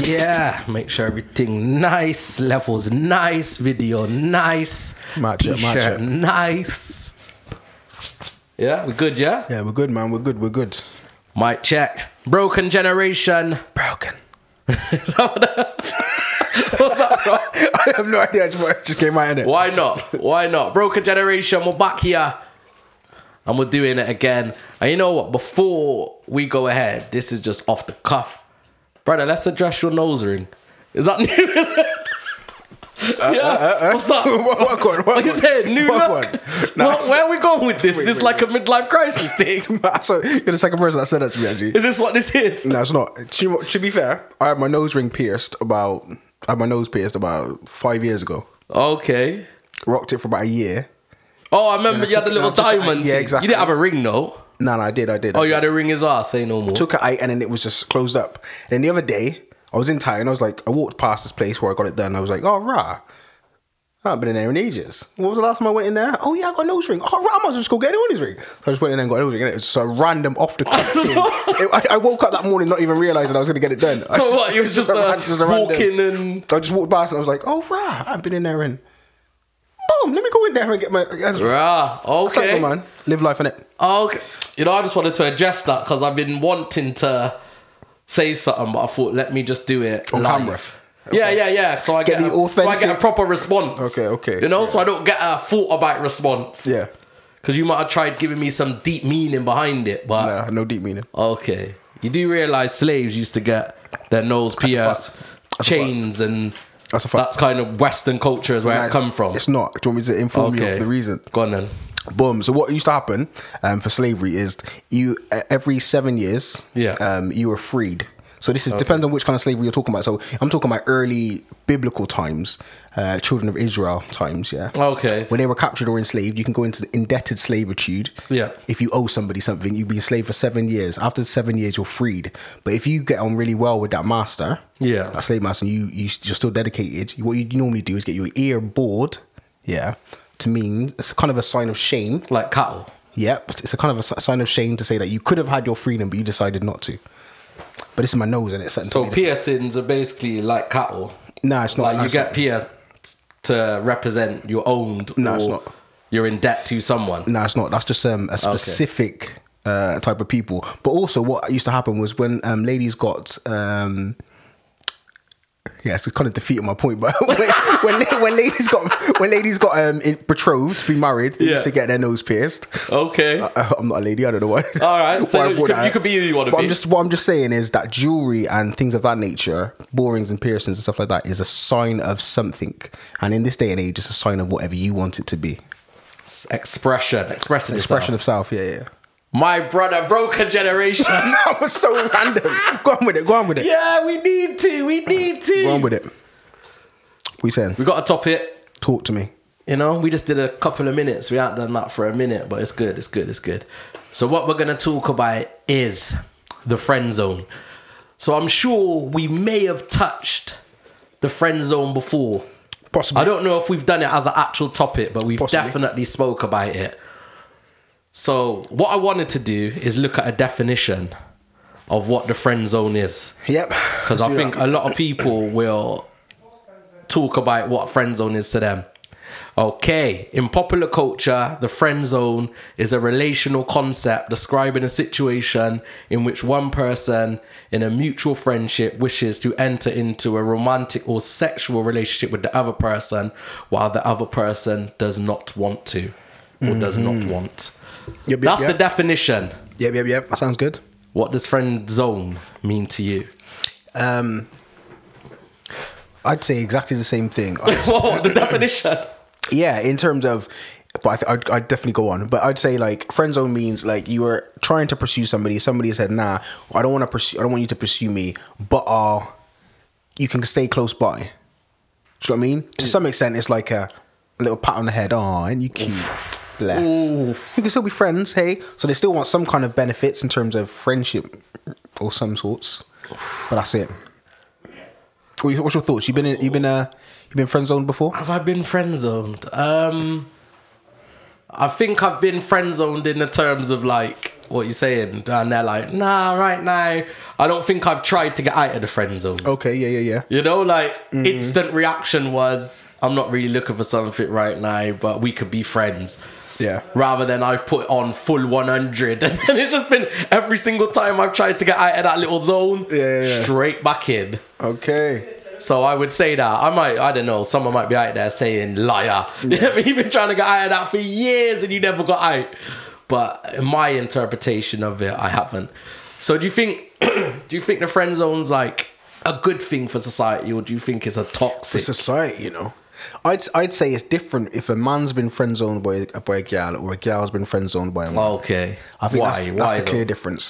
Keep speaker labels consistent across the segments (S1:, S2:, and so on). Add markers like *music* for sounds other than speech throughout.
S1: Yeah, make sure everything nice, levels nice, video nice,
S2: Match it, match
S1: t-shirt
S2: it.
S1: nice. Yeah, we good, yeah?
S2: Yeah, we're good, man. We're good. We're good.
S1: Mic check. Broken generation. *laughs*
S2: Broken. *laughs*
S1: Is that what that- What's up, bro?
S2: I have no idea. I just, it just came out in it. *laughs*
S1: Why not? Why not? Broken generation, we're back here. And we're doing it again. And you know what? Before we go ahead, this is just off the cuff. Brother, let's address your nose ring. Is that *laughs* new?
S2: Uh,
S1: yeah. What's up?
S2: What- what one?
S1: Like
S2: What
S1: I
S2: one? *laughs*
S1: said, new
S2: What
S1: look.
S2: one? Nah, *laughs*
S1: What- where are we going with this?
S2: Wait,
S1: this
S2: wait,
S1: like a midlife crisis
S2: *laughs*
S1: thing.
S2: so you're the second person that said that to me, actually.
S1: is this what this is?
S2: No, it's not. To, to be fair, I had my nose ring pierced about. I had my nose pierced about five years ago.
S1: Okay.
S2: Rocked it for about a year.
S1: Oh, I remember you had the
S2: took- no,
S1: little
S2: I took it-
S1: diamond.
S2: yeah,
S1: thing.
S2: exactly.
S1: You didn't have a ring though.
S2: No, no, I did. I did.
S1: Oh,
S2: I
S1: you
S2: did.
S1: had a ring as ass. Say no more.
S2: took it out and then it was just closed up. And then the other day, I was in Thailand. I was like, I walked past this place where I got it done. I was like, oh, rah. I haven't been in there in ages. What was the last time I went in there? Oh, yeah, I got a nose ring. Oh, right, I might as well just go get a nose ring. So I just went in there and got a nose ring. And it was just a random off
S1: *laughs*
S2: the cuff thing. It- I, I woke up that morning not even realizing I was going to get it done.
S1: *laughs*
S2: I
S1: So what, you
S2: *laughs*
S1: was just, uh,
S2: ran-
S1: walking and-
S2: I just walked past and I was like, oh, rah, I haven't been in there in. Boom, let me go in there and get my.
S1: Bruh,
S2: That's okay.
S1: okay.
S2: "Oh, man. Live life in it.
S1: Okay. You know, I just wanted to address that because I've been wanting to say something, but I thought, let me just do it
S2: On
S1: live.
S2: camera.
S1: Yeah, yeah, yeah. So I
S2: Get
S1: get,
S2: the
S1: a, so I get a
S2: authentic-
S1: proper response.
S2: Okay, okay,
S1: You know, so
S2: yeah.
S1: I don't get a thought about response.
S2: Yeah.
S1: Because you might have tried giving me some deep meaning behind it, but
S2: Nah, no deep meaning.
S1: okay. You do realize slaves used to get their nose pierced,
S2: That's a
S1: chains, and
S2: That's a fact.
S1: that's kind of Western culture is where it's
S2: Nah,
S1: come from.
S2: It's not. Do you want me to inform you of the reason?
S1: Go on then.
S2: Boom. So what used to happen um, for slavery is you uh, every seven years,
S1: Yeah.
S2: um, you were freed. So this is depends on which kind of slavery you're talking about. So I'm talking about early biblical times, uh, children of Israel times. Yeah.
S1: Okay.
S2: When they were captured or enslaved, you can go into indebted slavitude.
S1: Yeah.
S2: If you owe somebody something, you'd be enslaved for seven years. After the seven years, you're freed. But if you get on really well with that master,
S1: Yeah.
S2: that slave master, and you, you you're still dedicated. What you normally do is get your ear bored. Yeah. To mean it's kind of a sign of shame.
S1: Like cattle.
S2: Yep, it's a kind of a s- sign of shame to say that you could have had your freedom, but you decided not to. But this is my nose, and it's
S1: So piercings are basically like cattle.
S2: no, it's not.
S1: Like
S2: no,
S1: you
S2: it's
S1: get
S2: not.
S1: pierced to represent your owned.
S2: No,
S1: or
S2: it's not.
S1: You're in debt to someone.
S2: No, it's not. That's just um, a specific uh, type of people. But also, what used to happen was when um, ladies got. Um, yeah, it's kind of defeating my point, *laughs* but when, when, la- when ladies got when ladies got um, in- betrothed to be married, they
S1: Yeah.
S2: used to get their nose pierced. *laughs*
S1: Okay.
S2: Uh, I'm not a lady. I don't know why.
S1: All right, so
S2: *laughs* Why I
S1: you
S2: brought
S1: could-
S2: that
S1: you
S2: up.
S1: could be who you wanna
S2: But
S1: be.
S2: I'm just what I'm just saying is that jewelry and things of that nature, borings and piercings and stuff like that, is a sign of something. And in this day and age, it's a sign of whatever you want it to be.
S1: S- Expression. Expression.
S2: Expression
S1: Expression.
S2: of self. Yeah, yeah.
S1: My brother broke a generation.
S2: *laughs* that was so random. Go on with it. Go on with it.
S1: yeah, we need to. We need to.
S2: Go on with it. We saying?
S1: We got a topic.
S2: Talk to me.
S1: You know, we just did a couple of minutes. We haven't done that for a minute, but it's good, it's good, it's good. So, what we're going to talk about is the friend zone. So, I'm sure we may have touched the friend zone before.
S2: Possibly.
S1: I don't know if we've done it as an actual topic, but we've
S2: Possibly.
S1: definitely spoke about it. So, what I wanted to do is look at a definition of what the friend zone is
S2: Yep.
S1: because I think a lot of people will talk about what friend zone is to them. Okay, in popular culture, the friend zone is a relational concept describing a situation in which one person in a mutual friendship wishes to enter into a romantic or sexual relationship with the other person while the other person does not want to or does not want.
S2: Yep, yep,
S1: That's the
S2: yep.
S1: definition.
S2: Yep, yep, yep. That sounds good.
S1: What does friend zone mean to you? *laughs*
S2: Um, I'd say exactly the same thing.
S1: *laughs* What the definition?
S2: yeah in terms of but I th- I'd, I'd definitely go on but i'd say like friend zone means like you are trying to pursue somebody somebody said nah i don't want to pursue i don't want you to pursue me but uh you can stay close by do you know what i mean to some extent it's like a little pat on the head oh and you cute bless you can still be friends hey so they still want some kind of benefits in terms of friendship or some sorts but that's it What you- what's your thoughts you've been in, you've been uh you've been friend zoned before
S1: Have I been friend zoned? Um, I think I've been friend zoned in the terms of like what you're saying, and they're like, nah, right now I don't think I've tried to get out of the friend zone.
S2: Okay, yeah, yeah, yeah.
S1: You know, like
S2: Mm-hmm.
S1: instant reaction was, I'm not really looking for something right now, but we could be friends.
S2: Yeah.
S1: Rather than I've put on full 100, *laughs* and it's just been every single time I've tried to get out of that little zone,
S2: Yeah, yeah, yeah.
S1: straight back in.
S2: Okay.
S1: So I would say that I might, I don't know, someone might be out there saying liar. *laughs* You've been trying to get out of that for years and you never got out. But my interpretation of it, I haven't. So do you think, *clears throat* do you think the friend zone's like a good thing for society, or do you think it's a toxic?
S2: society, you know. I'd I'd say it's different if a man's been friend zoned by a by a gal or a gal's been friend zoned by a man.
S1: okay,
S2: I think
S1: why?
S2: that's, the,
S1: why
S2: that's the
S1: though?
S2: clear difference.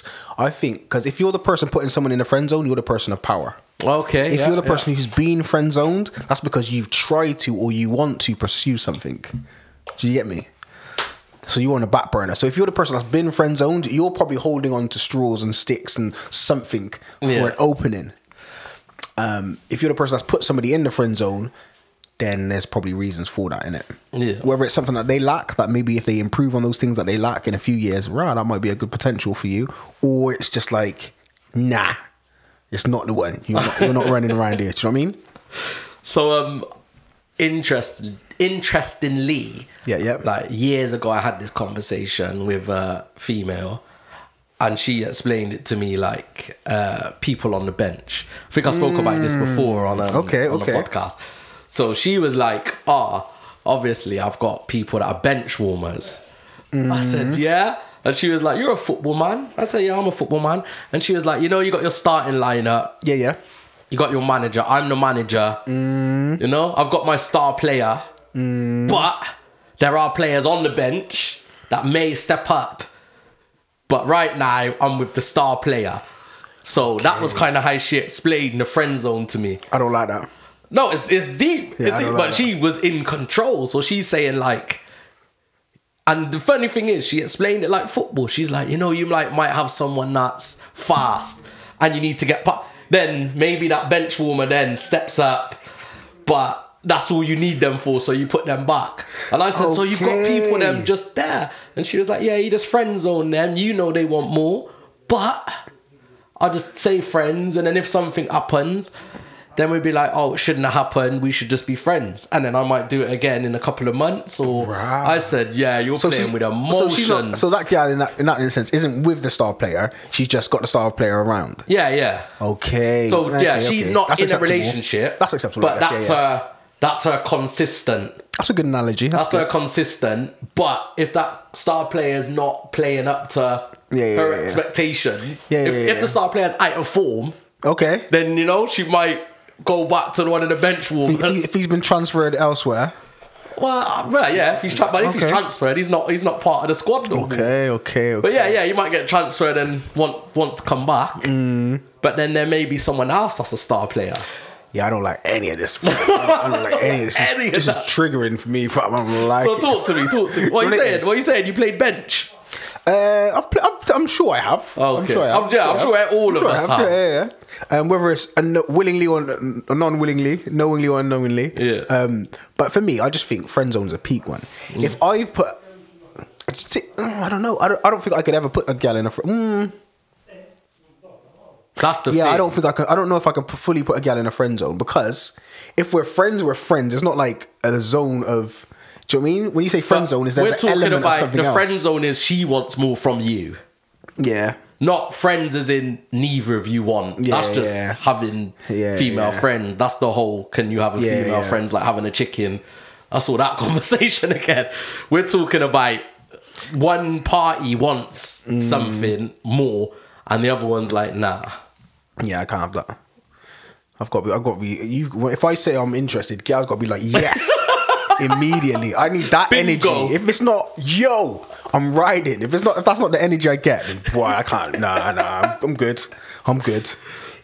S2: I think because if you're the person putting someone in a friend zone, you're the person of power.
S1: Okay,
S2: If
S1: yeah,
S2: you're the
S1: yeah.
S2: person who's been friend zoned, that's because you've tried to or you want to pursue something. Do you get me? So you're on a back burner. So if you're the person that's been friend zoned, you're probably holding on to straws and sticks and something
S1: Yeah.
S2: for an opening. Um, if you're the person that's put somebody in the friend zone, then there's probably reasons for that in it.
S1: Yeah.
S2: Whether it's something that they lack, that maybe if they improve on those things that they lack in a few years, right, that might be a good potential for you. Or it's just like, nah, it's not the one. You're not,
S1: *laughs*
S2: you're not running around here. Do you know what I mean?
S1: So um, interest interestingly,
S2: Yeah, yeah.
S1: Like years ago, I had this conversation with a female, and she explained it to me like uh, people on the bench. I think I spoke about this before on um,
S2: Mm. Okay,
S1: on the
S2: okay.
S1: podcast. So she was like, "Ah, obviously, I've got people that are bench warmers." I
S2: Mm.
S1: said, "Yeah." And she was like, "You're a football man." I said, "Yeah, I'm a football man." And she was like, "You know, you got your starting lineup."
S2: Yeah, yeah.
S1: You got your manager. I'm the manager. You know, I've got my star player. But there are players on the bench that may step up. But right now, I'm with the star player. So that was kind of how she explained the friend zone to me.
S2: I don't like that.
S1: No, it's it's deep.
S2: Yeah,
S1: it's
S2: I
S1: deep.
S2: don't
S1: But
S2: like
S1: she was in control, so she's saying like. And the funny thing is, she explained it like football. She's like, you know, you like might have someone that's fast, and you need to get. Pa- then maybe that bench warmer then steps up, but that's all you need them for. So you put them back. And I said, so you've got people
S2: Okay.
S1: them just there. And she was like, yeah, you just friend zone them. You know they want more, but I'll just say friends, and then if something happens, then we'd be like, oh, it shouldn't have happened. We should just be friends. And then I might do it again in a couple of months. Or
S2: Right.
S1: I said, yeah, you're playing
S2: she-
S1: with
S2: so
S1: emotions.
S2: she's not, so that gal in that in that instance isn't with the star player. She's just got the star player around.
S1: yeah, yeah.
S2: Okay.
S1: So yeah,
S2: okay,
S1: she's
S2: okay.
S1: not
S2: That's
S1: in
S2: acceptable.
S1: a relationship.
S2: That's acceptable.
S1: But
S2: Yes, yeah,
S1: that's
S2: yeah.
S1: her. That's her consistent.
S2: That's a good analogy. That's,
S1: That's her
S2: good.
S1: consistent. But if that star player is not playing up to
S2: Yeah, yeah,
S1: her
S2: yeah, yeah.
S1: expectations,
S2: Yeah, yeah,
S1: if,
S2: yeah,
S1: if
S2: yeah.
S1: the star player's out of form,
S2: okay.
S1: then you know she might go back to the one of the bench warmers.
S2: If, he, if he's been transferred elsewhere.
S1: Well, uh, well, yeah. If he's tra- but if he's
S2: Okay.
S1: transferred, he's not. He's not part of the squad. no more.
S2: Okay. Okay. okay.
S1: But yeah, yeah, you might get transferred and want want to come back.
S2: Mm.
S1: But then there may be someone else that's a star player.
S2: Yeah, I don't like any of this. *laughs* bro. I don't like any of this. This,
S1: Any
S2: is-
S1: of
S2: this
S1: that.
S2: is triggering for me. bro. I don't like
S1: So
S2: it.
S1: talk to me, talk to me. What
S2: So
S1: are you
S2: it
S1: saying?
S2: is-
S1: What are you saying? You played bench.
S2: Uh, I've pl- I'm, I'm sure I have. I'm
S1: Oh, Okay.
S2: sure I have.
S1: I'm- yeah, I'm sure all of us have.
S2: Yeah, yeah, yeah. Um, whether it's un- willingly or n- non-willingly, knowingly or unknowingly.
S1: Yeah.
S2: Um, but for me, I just think friend zone's a peak one. If
S1: Mm.
S2: I've put, it's t- mm, I don't know. I don't, I don't think I could ever put a gal in a friend. Mm,
S1: That's the
S2: yeah,
S1: Thing.
S2: I don't think I can. I don't know if I can p- fully put a gal in a friend zone because if we're friends, we're friends. It's not like a zone of. Do you know what I mean? When you say friend zone, is
S1: We're
S2: there's an
S1: talking
S2: element of
S1: about
S2: something
S1: the
S2: else?
S1: friend zone is she wants more from you,
S2: Yeah.
S1: not friends as in neither of you want.
S2: Yeah,
S1: that's just
S2: yeah.
S1: having
S2: Yeah,
S1: female
S2: yeah.
S1: friends. That's the whole. Can you have a
S2: Yeah,
S1: female
S2: yeah.
S1: friends like having a chicken? That's all that *laughs* conversation again. We're talking about one party wants
S2: Mm.
S1: something more, and the other one's like, nah.
S2: Yeah, I can't have that. I've got. To be, I've got to be. You. If I say I'm interested, girl's got to be like
S1: *laughs*
S2: yes immediately. I need that
S1: Bingo.
S2: energy. If it's not, yo, I'm riding. If it's not, if that's not the energy I get, then boy, I can't. Nah, nah, I'm, I'm good. I'm good.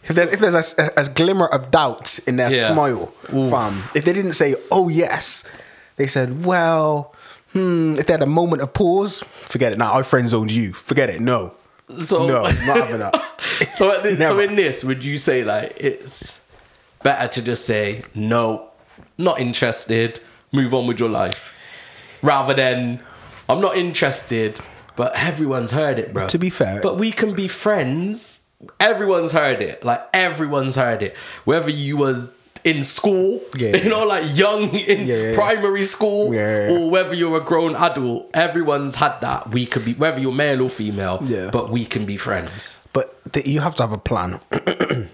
S2: If there's if there's a, a glimmer of doubt in their
S1: Yeah.
S2: smile, fam. If they didn't say oh yes, they said well. Hmm, if they had a moment of pause, forget it. Now nah, I friend zoned you. Forget it. No,
S1: So *laughs*
S2: no, not having that.
S1: so at this, so
S2: Never.
S1: in this, would you say like it's better to just say no, not interested, move on with your life, rather than I'm not interested, but everyone's heard it, bro.
S2: To be fair-
S1: but we can be friends everyone's heard it. Like everyone's heard it. Whether you was in school,
S2: Yeah, yeah,
S1: *laughs* you know, like young in
S2: Yeah, yeah, yeah.
S1: primary school,
S2: Yeah, yeah, yeah.
S1: or whether you're a grown adult, everyone's had that. We could be whether you're male or female,
S2: Yeah.
S1: but we can be friends.
S2: But th- you have to have a plan. *clears throat*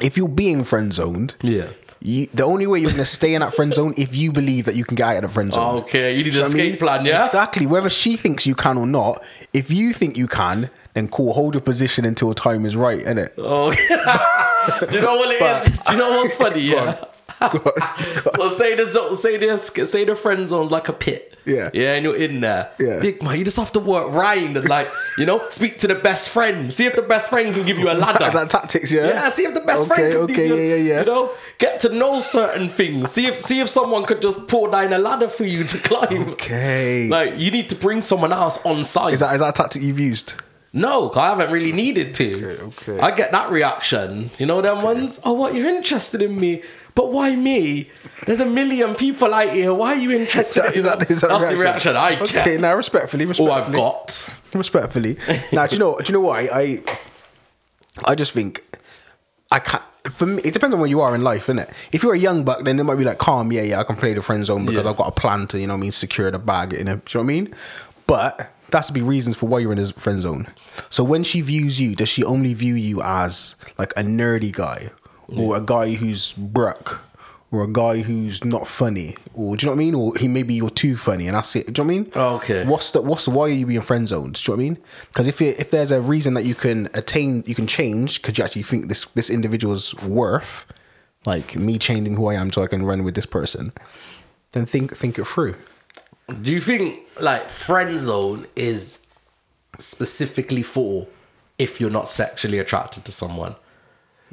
S2: if you're being friend zoned,
S1: Yeah.
S2: you, the only way you're going to stay in that friend zone if you believe that you can get out of the friend zone.
S1: Okay, you need an
S2: Do you know what I
S1: Oh, escape
S2: mean?
S1: plan, yeah?
S2: Exactly. Whether she thinks you can or not, if you think you can, then cool, hold your position until time is right, innit? *laughs*
S1: Oh, *laughs* do you know what it is? Do you know what's funny? Yeah. so say the zo- say the sk- say the friend zone's like a pit.
S2: Yeah.
S1: Yeah, and you're in there.
S2: Yeah.
S1: Big man, you just have to work right and like, *laughs* you know, speak to the best friend. See if the best friend can give you a ladder.
S2: *laughs* That tactics, yeah.
S1: Yeah, see if the best
S2: okay,
S1: friend can
S2: Okay,
S1: give you,
S2: yeah, yeah, yeah.
S1: you know, get to know certain things. See if see if someone could just pour down a ladder for you to *laughs* climb.
S2: Okay.
S1: Like you need to bring someone else on site.
S2: is that is that a tactic you've used? *laughs*
S1: No, 'cause I haven't really needed to.
S2: Okay, okay.
S1: I get that reaction. You know them ones? Oh, what? You're interested in me. But why me? There's a million people out here. Why are you
S2: *laughs* Is
S1: interested
S2: that, is
S1: in
S2: that, is that a
S1: That's the reaction I get.
S2: Okay, now respectfully,
S1: All
S2: respectfully.
S1: I've got.
S2: *laughs* respectfully. now, do you know? Do you know what? I, I, I just think I can't. For me, it depends on where you are in life, innit? If you're a young buck, then it might be like calm. Yeah, yeah, I can play the friend zone because
S1: Yeah.
S2: I've got a plan to, you know, what I mean, secure the bag. You know, do you know what I mean? But that's to be reasons for why you're in this friend zone. So when she views you, does she only view you as like a nerdy guy or a guy who's broke? Or a guy who's not funny, or do you know what I mean? Or he maybe you're too funny, and that's it. Do you know what I mean?
S1: Oh, Okay.
S2: What's the what's the, why are you being friend zoned? Do you know what I mean? Because if you, if there's a reason that you can attain, you can change because you actually think this this individual's worth, like me changing who I am so I can run with this person, then think think it through.
S1: Do you think like friend zone is specifically for if you're not sexually attracted to someone?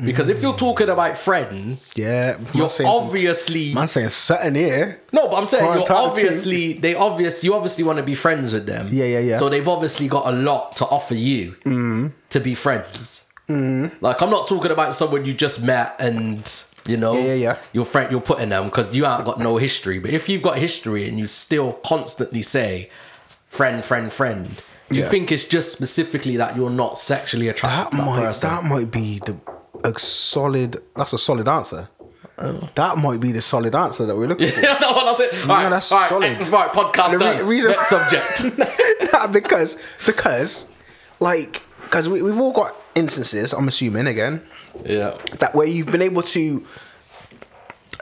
S1: Because if you're talking about friends,
S2: Yeah, man
S1: you're
S2: saying some-
S1: obviously
S2: Man saying certain here.
S1: No, but I'm saying
S2: Prime
S1: you're
S2: time team.
S1: obviously they obvious you obviously want to be friends with them.
S2: Yeah, yeah, Mm. yeah.
S1: So they've obviously got a lot to offer you to be friends.
S2: Mm.
S1: Like I'm not talking about someone you just met and you know
S2: Yeah, yeah, yeah.
S1: your friend you're putting them because you ain't got no history. But if you've got history and you still constantly say friend, friend, friend, do you
S2: Yeah.
S1: think it's just specifically that you're not sexually attracted
S2: That
S1: to that
S2: might
S1: person?
S2: that might be the a solid. That's a solid answer.
S1: Oh.
S2: That might be the solid answer that we're
S1: *laughs*
S2: looking for.
S1: yeah, no, *laughs* that's it. All right,
S2: that's
S1: all right, eh,
S2: solid.
S1: Right, podcast
S2: The re-
S1: done.
S2: reason-
S1: Next
S2: *laughs*
S1: subject.
S2: nah, because because like because we, we've all got instances i'm assuming again
S1: yeah.
S2: that where you've been able to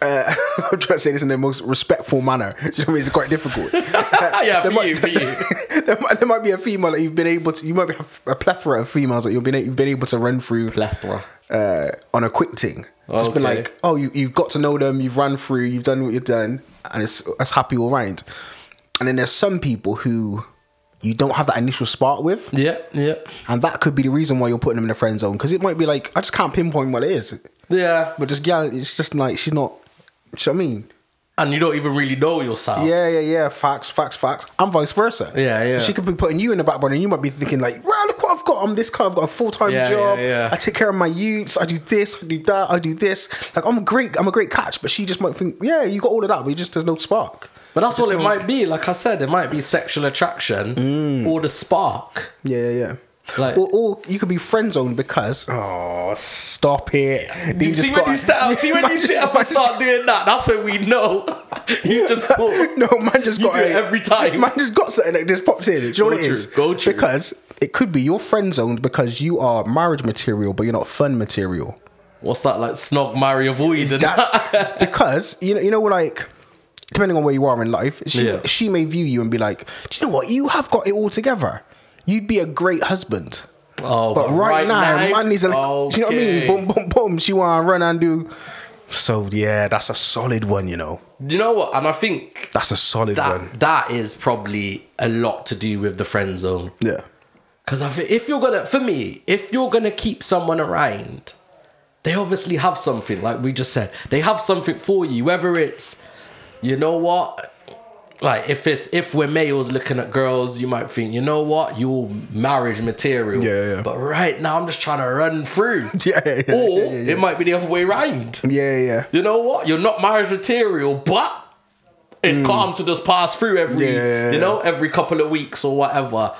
S2: uh, *laughs* I'm trying to say this in the most respectful manner. *laughs* Do you know what I mean? It's quite
S1: *laughs*
S2: difficult.
S1: Yeah,
S2: *laughs* There
S1: for you, for you.
S2: there, might, there might be a female that you've been able to. You might have a plethora of females that you've been you've been able to run through
S1: Plethora.
S2: uh, on a quick thing. Just been
S1: Okay.
S2: like, oh, you, you've got to know them. You've run through. You've done what you've done, and it's it's happy all round. And then there's some people who you don't have that initial spark with.
S1: Yeah, yeah.
S2: And that could be the reason why you're putting them in the friend zone because it might be like I just can't pinpoint what it is,
S1: Yeah.
S2: but just yeah, it's just like she's not. Do you know what I mean?
S1: And you don't even really know yourself.
S2: Yeah, yeah, yeah. Facts, facts, facts, and vice versa.
S1: Oh. Yeah, yeah.
S2: So she could be putting you in the back burner, and you might be thinking like, "Well, look what I've got. I'm this guy. I've got a full time
S1: Yeah,
S2: job.
S1: yeah, yeah.
S2: I take care of my youths. I do this. I do that. I do this. Like I'm great. I'm a great catch." But she just might think, "Yeah, you got all of that, but you just there's no spark."
S1: But that's what it
S2: Just
S1: might be. Like I said, it might be sexual attraction or the spark.
S2: Yeah, yeah, yeah.
S1: Like-
S2: or, or you could be friend zoned because oh stop it. Then
S1: You see when you sit up, see
S2: *laughs*
S1: when
S2: Man
S1: you
S2: just-
S1: sit up
S2: man
S1: and
S2: just-
S1: start doing that, that's when we know. *laughs* you
S2: *laughs*
S1: just thought,
S2: No, man just
S1: You
S2: got
S1: do it
S2: a-
S1: every time.
S2: Man just got something that just pops in. Do you know
S1: Go
S2: what it
S1: true,
S2: is?
S1: go true.
S2: Because it could be you're friend zoned because you are marriage material, but you're not fun material.
S1: what's that like snog marry avoid and
S2: That's because you know you know like depending on where you are in life, she
S1: Yeah.
S2: she may view you and be like, Do you know what? You have got it all together. You'd be a great husband.
S1: Oh,
S2: But right, now, man needs a do you know what I
S1: Okay.
S2: mean? Boom, boom, boom. She wanna run and do so yeah, that's a solid one, you know.
S1: *laughs* Do you know what? And I think
S2: That's a solid one.
S1: that that is probably a lot to do with the friend zone.
S2: Yeah.
S1: Because I think if you're gonna, for me, if you're gonna keep someone around, they obviously have something, like we just said. They have something for you, whether it's, you know what, like if it's if we're males looking at girls, you might think, you know what, you're marriage material.
S2: Yeah, yeah, yeah.
S1: But right now, I'm just trying to run through.
S2: *laughs* Yeah, yeah, yeah,
S1: or
S2: yeah, yeah.
S1: it might be the other way around.
S2: Yeah, yeah.
S1: You know what, you're not marriage material, but. It's calm to just pass through every,
S2: Mm. Yeah, yeah, yeah.
S1: you know, every couple of weeks or whatever.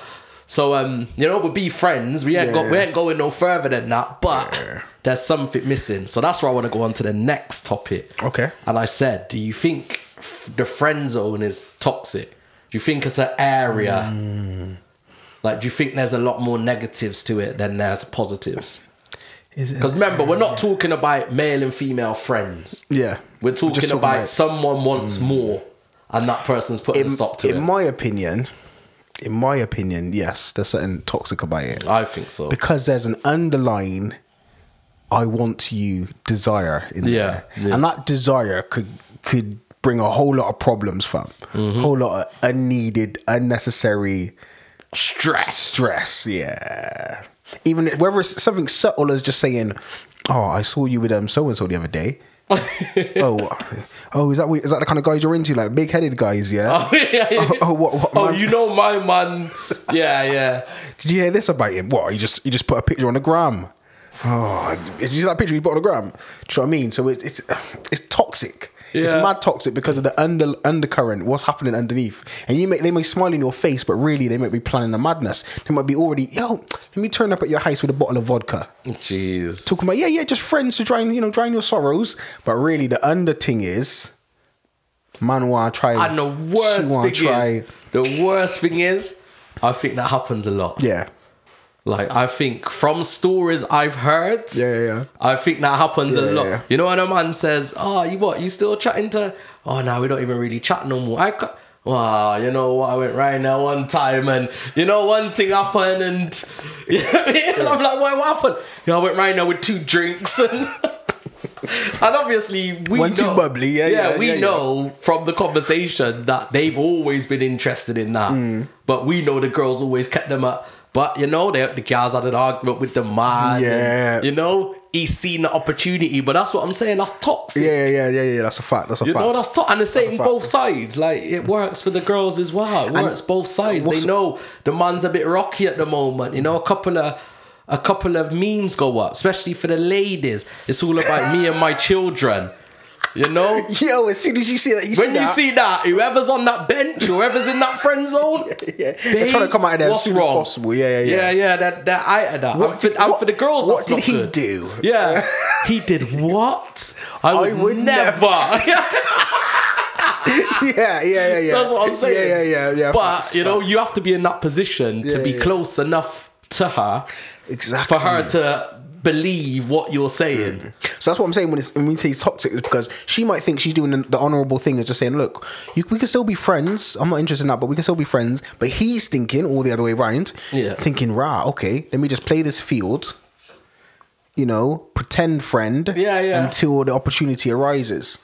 S1: So um, you know, we be friends. We ain't go,
S2: Yeah.
S1: we ain't going no further than that. But
S2: Yeah.
S1: there's something missing. So that's where I want to go on to the next topic.
S2: Okay.
S1: And I said, do you think f- the friend zone is toxic? Do you think it's an area?
S2: Mm.
S1: Like, do you think there's a lot more negatives to it than there's positives?
S2: Is it?
S1: Because remember, we're not talking about male and female friends.
S2: Yeah.
S1: We're talking,
S2: Just
S1: about
S2: like-
S1: someone wants more, and that person's putting a
S2: in,
S1: stop to
S2: in
S1: it.
S2: my opinion, in my opinion, yes, there's something toxic about it
S1: I think so.
S2: because there's an underlying "I want you" desire in
S1: Yeah,
S2: there,
S1: yeah.
S2: and that desire could could bring a whole lot of problems, fam.
S1: Mm-hmm.
S2: Whole lot of unneeded, unnecessary
S1: Stress. *laughs*
S2: stress. Yeah, even if- whether it's something subtle as just saying, "Oh, I saw you with um so and so the other day." oh, oh, is that what- is that the kind of guys you're into? Like big headed guys, yeah.
S1: oh, yeah, yeah.
S2: *laughs* Oh, oh, what- what
S1: Oh,
S2: man's-
S1: you know my man. Yeah, yeah.
S2: Did you hear this about him? What? He just he just put a picture on the gram. Oh, did you see that picture he put on the gram? Do you know what I mean? So it's it's it's toxic. It's
S1: Yeah.
S2: mad toxic because of the under undercurrent, what's happening underneath. And you may they may smile in your face, but really they might be planning a madness. They might be already, yo, let me turn up at your house with a bottle of vodka.
S1: Jeez.
S2: Talking about, yeah, yeah, just friends to drown, you know, drown your sorrows. But really the under thing is man wanna try
S1: And the worst
S2: she wanna
S1: thing is, the worst thing is, I think that happens a lot.
S2: Yeah.
S1: Like I think from stories I've heard,
S2: Yeah, yeah, yeah.
S1: I think that happens a
S2: Yeah,
S1: lot.
S2: yeah.
S1: You know when a man says, "Oh, you what? You still chatting to? Oh, no, we don't even really chat no more." I ca- Wow, you know what? I went right now one time, and you know one thing happened, and, *laughs* you know what I mean? And I'm like, "What, what happened?" You know, I went right now with two drinks, and *laughs* and obviously we
S2: One too
S1: know-
S2: bubbly, yeah, yeah,
S1: we
S2: yeah, yeah.
S1: know from the conversations that they've always been interested in that,
S2: Mm.
S1: but we know the girls always kept them up. But you know, they, the guys had an argument with the man. and,
S2: Yeah.
S1: you know, he's seen the opportunity, but that's what I'm saying. That's toxic.
S2: Yeah, yeah, yeah, yeah, yeah. That's a fact. That's a
S1: You
S2: fact.
S1: know, that's toxic. And the same
S2: fact.
S1: both sides. Like, it works for the girls as well. It
S2: And
S1: works both sides. They
S2: what's-
S1: know the man's a bit rocky at the moment. You know, a couple of. A couple of memes go up, especially for the ladies. It's all about me and my children. You know?
S2: *laughs* Yo, as soon as you see that, you
S1: When
S2: see
S1: you
S2: that,
S1: see that, whoever's on that bench, whoever's in that friend zone,
S2: *laughs* yeah. They're trying to come out of there as
S1: what's
S2: soon as
S1: wrong?
S2: possible. Yeah, yeah, yeah.
S1: yeah, yeah. They're, they're out of that.
S2: What
S1: and for,
S2: did-
S1: and
S2: what-
S1: for the girls,
S2: what
S1: that's
S2: did
S1: not
S2: he
S1: good.
S2: do?
S1: Yeah,
S2: *laughs*
S1: he did what? I would,
S2: would
S1: never. *laughs*
S2: *laughs* yeah, yeah, yeah, yeah.
S1: That's what I'm saying.
S2: Yeah, yeah, yeah, yeah.
S1: But
S2: facts.
S1: you know, you have to be in that position to
S2: Yeah,
S1: be
S2: yeah. Hmm.
S1: close enough to her
S2: exactly
S1: for her to believe what you're saying.
S2: So that's what I'm saying when, it's, when we say it's toxic is because she might think she's doing the, the honourable thing is just saying, look, you, we can still be friends. I'm not interested in that, but we can still be friends. But he's thinking all the other way around,
S1: Yeah.
S2: thinking, rah, okay, let me just play this field, you know, pretend friend,
S1: Yeah, yeah.
S2: until the opportunity arises.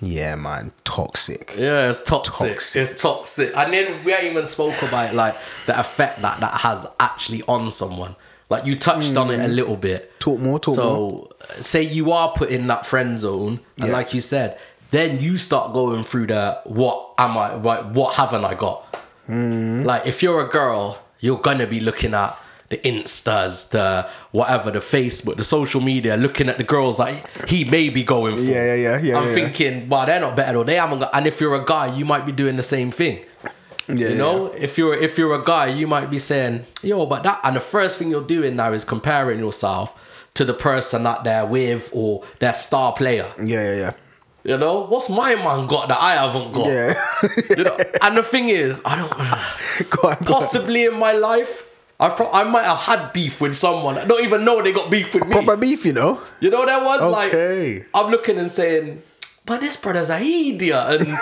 S2: Yeah, man, toxic.
S1: Yeah, it's toxic.
S2: Toxic.
S1: It's toxic. And then we ain't even spoke about like the effect that that has actually on someone. Like you touched on it a little bit.
S2: Hmm. Talk more, talk
S1: so,
S2: more.
S1: uh, say you are put in that friend zone, and
S2: Yeah.
S1: like you said, then you start going through the what am I? What, what haven't I got?
S2: Hmm?
S1: Like if you're a girl, you're gonna be looking at the instas, the whatever, the Facebook, the social media, looking at the girls that he may be going for.
S2: Yeah, yeah, yeah, yeah,
S1: I'm
S2: yeah.
S1: thinking thinking, well, they're not better or they haven't got. And if you're a guy, you might be doing the same thing.
S2: Yeah,
S1: you know, if you're if you're a guy, you might be saying, "Yo, but that." And the first thing you're doing now is comparing yourself to the person that they're with or their star player.
S2: Yeah, yeah, yeah.
S1: You know, what's my man got that I haven't got?
S2: Yeah. *laughs*
S1: You know? And the thing is, I don't.
S2: Go on, go on.
S1: Possibly in my life, I pro- I might have had beef with someone. I don't even know they got beef with me.
S2: Proper beef, you know?
S1: You know that one's
S2: Okay.
S1: like I'm looking and saying, but this brother's a idiot,
S2: *laughs*
S1: and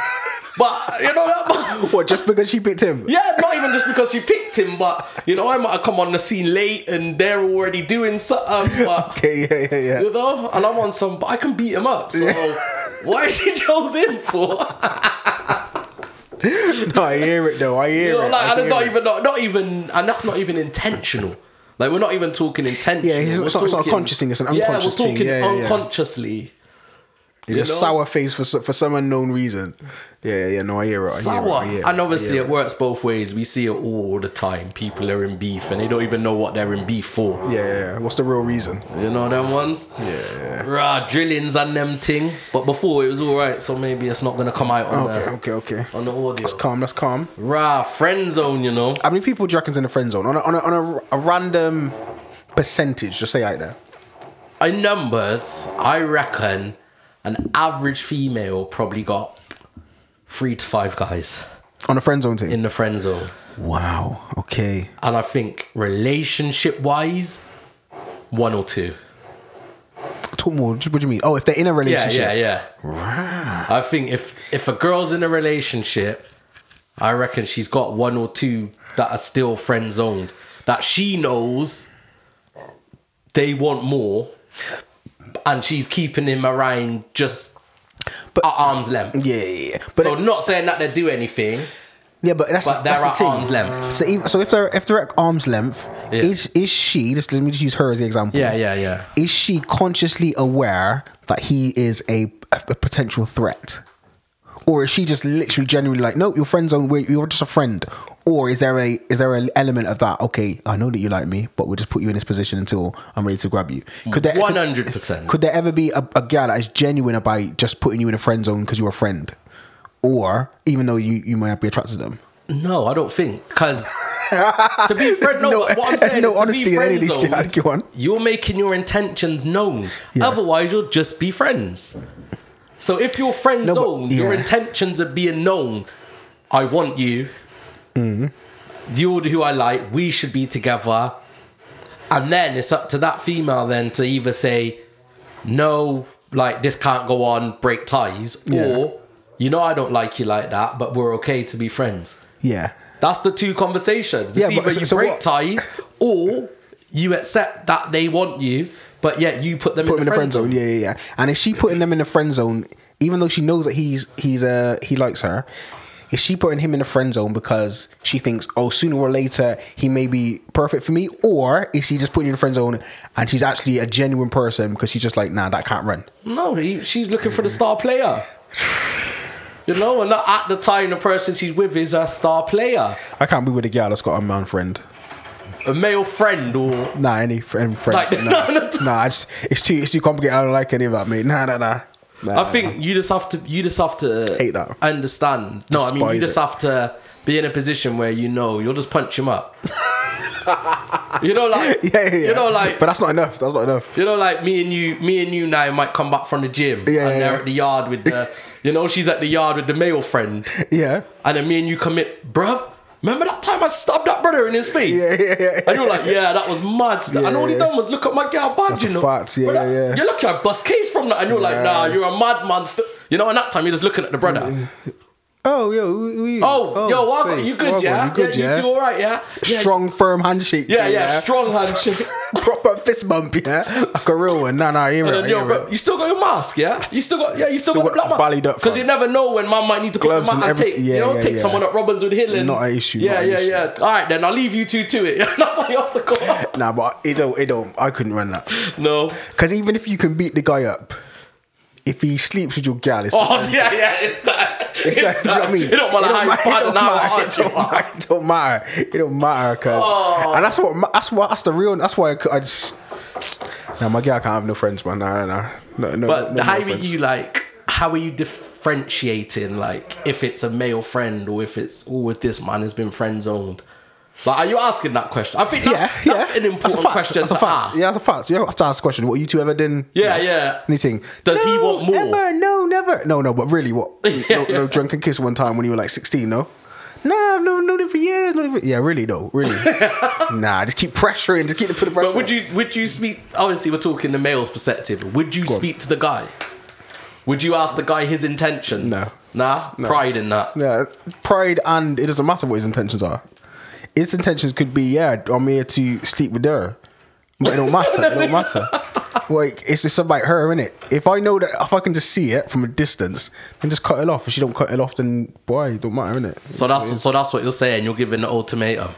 S1: but you know that. man-
S2: What, just because she picked him?
S1: Yeah, not even just because you picked him, but you know I might have come on the scene late and they're already doing
S2: *laughs*
S1: something, but
S2: Okay, yeah, yeah, yeah.
S1: you know, and I'm on some, but I can beat him up.
S2: *laughs*
S1: So why is she chose him for?
S2: No, I hear it though. I hear
S1: You know,
S2: it. I
S1: like, and
S2: hear
S1: it's not
S2: it.
S1: even not, not even, and that's not even intentional. Like we're not even talking intentional.
S2: Yeah, it's
S1: we're
S2: not- it's not a
S1: talking-
S2: conscious thing, it's an
S1: yeah,
S2: unconscious
S1: we're
S2: thing.
S1: talking
S2: Yeah, yeah, yeah.
S1: unconsciously.
S2: You're just
S1: know?
S2: sour face for so- for some unknown reason. Yeah, yeah, yeah. No, I hear it. I hear it,
S1: Sour.
S2: I hear it,
S1: and
S2: I
S1: obviously,
S2: hear
S1: it works both ways. We see it all the time. People are in beef and they don't even know what they're in beef for.
S2: Yeah, yeah, yeah. What's the real reason?
S1: You know them ones?
S2: Yeah.
S1: Rah, drillings and them thing. But before it was alright, so maybe it's not gonna come out on,
S2: Okay,
S1: the,
S2: okay, okay.
S1: on the audio.
S2: Let's calm. Let's calm.
S1: Rah, friend zone, you know.
S2: How many people do you reckon's in the friend zone on a, on a, on a, a random percentage? Just say like that.
S1: In numbers, I reckon an average female probably got three to five guys
S2: On a friend zone team.
S1: in the friend zone.
S2: wow. Okay.
S1: And I think relationship wise, one or two.
S2: Talk more. What do you mean? Oh, if they're in a
S1: Yeah,
S2: relationship.
S1: yeah, yeah. I think if if a girl's in a relationship, I reckon she's got one or two that are still friend zoned that she knows they want more, and she's keeping him around just
S2: But-
S1: at arm's length.
S2: Yeah, yeah, yeah. But
S1: so not saying that they do anything.
S2: yeah, but that's
S1: but
S2: that's
S1: they're
S2: the
S1: at
S2: thing.
S1: arm's length.
S2: So, even, so if they're if they're at arm's length,
S1: Yeah.
S2: is is she? Just let me just use her as the example.
S1: Yeah, yeah, yeah.
S2: Is she consciously aware that he is a, a potential threat, or is she just literally genuinely like, no, your friend zone, we're, you're just a friend, or is there a is there an element of that? Okay, I know that you like me, but we'll just put you in this position until I'm ready to grab you. Could there
S1: One
S2: could,
S1: hundred percent.
S2: could there ever be a, a guy that is genuine about just putting you in a friend zone because you're a friend, or even though you you might not be attracted to them?
S1: No, I don't think
S2: *laughs*
S1: because to be friend. No,
S2: no- *laughs*
S1: but what I'm
S2: there's
S1: saying
S2: no
S1: is
S2: honesty
S1: to
S2: in
S1: be
S2: any of these
S1: friend-zoned,
S2: guys. Go on.
S1: You're making your intentions known. Otherwise, you'll just be friends. So if you're friend
S2: No, but-
S1: zoned, your
S2: yeah.
S1: intentions are being known. I want you.
S2: Mm-hmm.
S1: You're who I like. We should be together. And then it's up to that female then to either say, no, like this can't go on, break ties, or you know I don't like you like that, but we're okay to be friends.
S2: Yeah.
S1: That's the two conversations. It's
S2: Yeah, but
S1: either
S2: so-
S1: you
S2: so
S1: break
S2: what-
S1: ties or you accept that they want you, but yet you put them
S2: Put him
S1: in
S2: in the friend zone. Yeah, yeah, yeah. And is she putting them in the friend zone, even though she knows that he's he's uh he likes her? Is she putting him in the friend zone because she thinks, oh, sooner or later he may be perfect for me, or is she just putting you in the friend zone and she's actually a genuine person because she's just like, nah, that can't run.
S1: No, he, she's looking for the star player. You know, and at the time, the person she's with is a star player,
S2: I can't be with a girl that's got a man friend.
S1: a male friend, or
S2: Nah, any friend, friend.
S1: Like- *laughs*
S2: nah,
S1: no, no.
S2: nah I just, it's too it's too complicated. I don't like any of that, mate. Nah, nah, nah. nah *laughs*
S1: I think you just have to you just have to
S2: Hate that.
S1: understand. No, I mean you
S2: Despise
S1: just
S2: it.
S1: have to be in a position where you know you'll just punch him up. *laughs* you know, like
S2: *laughs* Yeah, yeah, yeah.
S1: you know, like
S2: but that's not enough. That's not enough.
S1: You know, like me and you, me and you now might come back from the gym,
S2: Yeah,
S1: and
S2: yeah,
S1: they're
S2: yeah.
S1: at the yard with the, you know, she's at the yard with the male friend,
S2: Yeah.
S1: and then me and you commit, bruv. Remember that time I stabbed that brother in his face?
S2: Yeah, yeah, yeah.
S1: And you're like, yeah, that was mad. st- and all he
S2: Yeah.
S1: done was look at my girl bad,
S2: That's
S1: you
S2: a
S1: know.
S2: fact, yeah,
S1: But that-
S2: yeah, yeah.
S1: You're lucky I bust case from that, and you're like, nah, you're a madman. St-. You know, and that time you're just looking at the brother.
S2: Oh, yo, who- who you?
S1: Oh, yo, Wagwan,
S2: Mm. safe.
S1: you good,
S2: Wagwan,
S1: yeah?
S2: You good, yeah?
S1: you two all right, yeah? Yeah,
S2: Strong, firm handshake.
S1: Yeah, yeah, strong handshake.
S2: *laughs* Proper fist bump, yeah? Like a real one. Nah, nah, I hear
S1: And
S2: it.
S1: then,
S2: I
S1: yo,
S2: hear
S1: bro,
S2: it.
S1: you still got your mask, yeah? You still got, yeah, you still,
S2: Still
S1: got,
S2: got
S1: the black
S2: balled up,
S1: Because
S2: fam.
S1: you never know when man might need to
S2: Gloves
S1: put them out
S2: and
S1: and take,
S2: everything.
S1: you
S2: Yeah,
S1: know,
S2: yeah,
S1: take
S2: yeah.
S1: someone at Robbins with Hill and.
S2: Not an issue,
S1: Yeah,
S2: not an
S1: yeah,
S2: issue.
S1: yeah. All right, then I'll leave you two to it. *laughs* That's how you have to go.
S2: *laughs* Nah, but it don't, it don't. I couldn't run that.
S1: No.
S2: Because even if you can beat the guy up, if he sleeps with your gal, it's.
S1: *laughs* Oh, yeah, yeah, it's that. It's,
S2: it's
S1: that. *laughs*
S2: that, do you know what I mean?
S1: You don't want to hide
S2: matter- *laughs* it
S1: bad
S2: don't
S1: now,
S2: matter, It
S1: aren't you? Oh.
S2: don't matter. It don't matter. It don't matter, cause and that's what ma- that's what that's the real. That's why I, cou- I just. Nah, my girl can't have no friends, man. Nah, nah, nah. No, no,
S1: But
S2: no,
S1: how
S2: no
S1: are
S2: friends.
S1: you like? How are you differentiating like if it's a male friend or if it's all with this man has been friend zoned? Like, are you asking that question? I think that's,
S2: Yeah, yeah.
S1: that's an important
S2: a fact.
S1: question
S2: that's a
S1: to
S2: fact.
S1: ask.
S2: Yeah, that's a fact. You have to ask a question. What you two ever done?
S1: Yeah, yeah.
S2: Anything?
S1: Does he
S2: No,
S1: want more?
S2: Ever? No, never. No, no. But really,
S1: *laughs*
S2: what? no, no drunken kiss one time when you were like sixteen. No. No, no, known him for years. known him for- Yeah, really though, really.
S1: *laughs*
S2: nah, just keep pressuring, just keep putting pressure.
S1: But would you would you speak? Obviously, we're talking the male's perspective. Would you
S2: on.
S1: speak to the guy? Would you ask the guy his intentions?
S2: No.
S1: Nah. Pride in that.
S2: Yeah, pride and it doesn't matter what his intentions are. His intentions could be, yeah, I'm here to sleep with her, but it don't matter. it don't matter. Like it's just about her, innit? If I know that, if I can just see it from a distance, then just cut it off. If she don't cut it off, then why? It don't matter, innit?
S1: So that's so that's what you're saying. You're giving the ultimatum.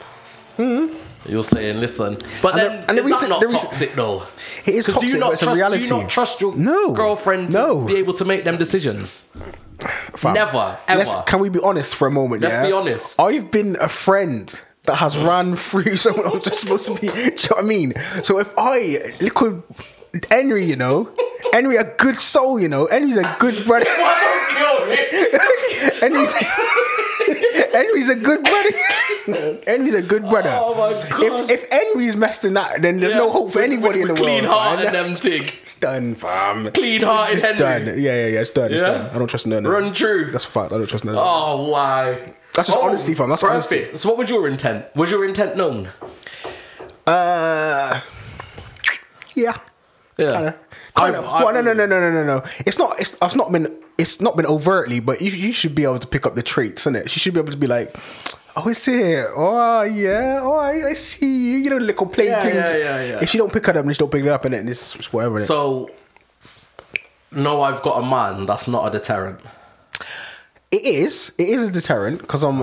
S1: You're saying, listen, but
S2: Mm-hmm. And the-
S1: then
S2: and the
S1: is that
S2: reason-
S1: not
S2: the reason-
S1: toxic though?
S2: It is
S1: 'Cause
S2: toxic,
S1: Do you
S2: but
S1: not
S2: it's a
S1: trust? Do you
S2: reality.
S1: not trust your
S2: No.
S1: girlfriend to
S2: No.
S1: be able to make them decisions?
S2: Fam,
S1: Never, ever.
S2: Let's, can we be honest for a moment?
S1: Let's
S2: yeah?
S1: be honest.
S2: I've been a friend that has ran through *laughs* someone I'm just supposed to be. *laughs* Do you know what I mean? So if I liquid Henry, you know, Henry a good soul, you know, Henry's a good brother. *laughs* Henry's *laughs* Henry's a good brother. *laughs* Henry's a good brother.
S1: Oh my God.
S2: If, if Henry's messed in that, then there's no hope for anybody in the
S1: clean
S2: world.
S1: heart
S2: man.
S1: and them tig.
S2: It's done, fam.
S1: Clean heart and
S2: It's
S1: Henry.
S2: done. Yeah, yeah, yeah. It's done. It's
S1: Yeah?
S2: done. I don't trust none. of
S1: Run
S2: them.
S1: true.
S2: That's a fact. I don't trust none. of them.
S1: Oh, why?
S2: That's just
S1: oh,
S2: honesty, fam. That's
S1: perfect.
S2: honesty.
S1: So, what was your intent? Was your intent known?
S2: Uh, yeah.
S1: Yeah.
S2: Kinda.
S1: I-
S2: Kinda.
S1: I-
S2: well, no, no, no, no, no, no, no. It's not. It's. I've not been. It's not been overtly, but you, you should be able to pick up the traits, isn't it? She should be able to be like, oh, it's it. Oh, yeah. Oh, I, I see you. You know, little play
S1: Yeah,
S2: things.
S1: yeah, yeah, yeah.
S2: If you don't pick it up, then she don't pick it up, and then it's, it's whatever. innit?
S1: So, no, I've got a man. That's not a deterrent.
S2: it is. It is a deterrent because I'm.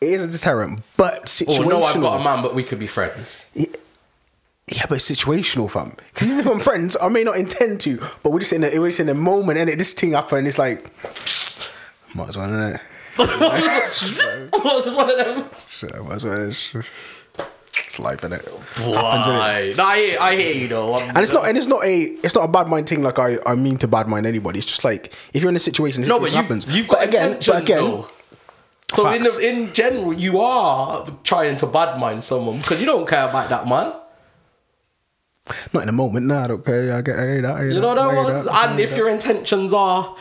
S2: It is a deterrent, but
S1: Or
S2: situational.
S1: Oh, no, I've got a man, but we could be
S2: *laughs*
S1: friends.
S2: Yeah, but it's situational, fam. Because even if I'm *laughs* friends, I may not intend to, but we're just in a, we're just in a moment, and it this thing happened. It's like, might as
S1: *laughs*
S2: well, innit?
S1: What's this one of them?
S2: Shit, might as well. It's, it's life, innit?
S1: Why? No, I, hear- I hear you though. I'm-
S2: And it's not, and it's not a, it's not a bad mind thing. Like I, I mean to bad mind anybody. It's just like if you're in a situation,
S1: no, but you,
S2: happens.
S1: you've got
S2: but again,
S1: intention
S2: but again,
S1: though. So in,
S2: Facts.
S1: the, in general, you are trying to badmind someone because you don't care about that man.
S2: not in a moment. Nah, I don't care. Yeah, I get, I hear that. I hear
S1: You know
S2: that,
S1: that
S2: I hear
S1: was,
S2: that, I
S1: and
S2: hear
S1: if your intentions are,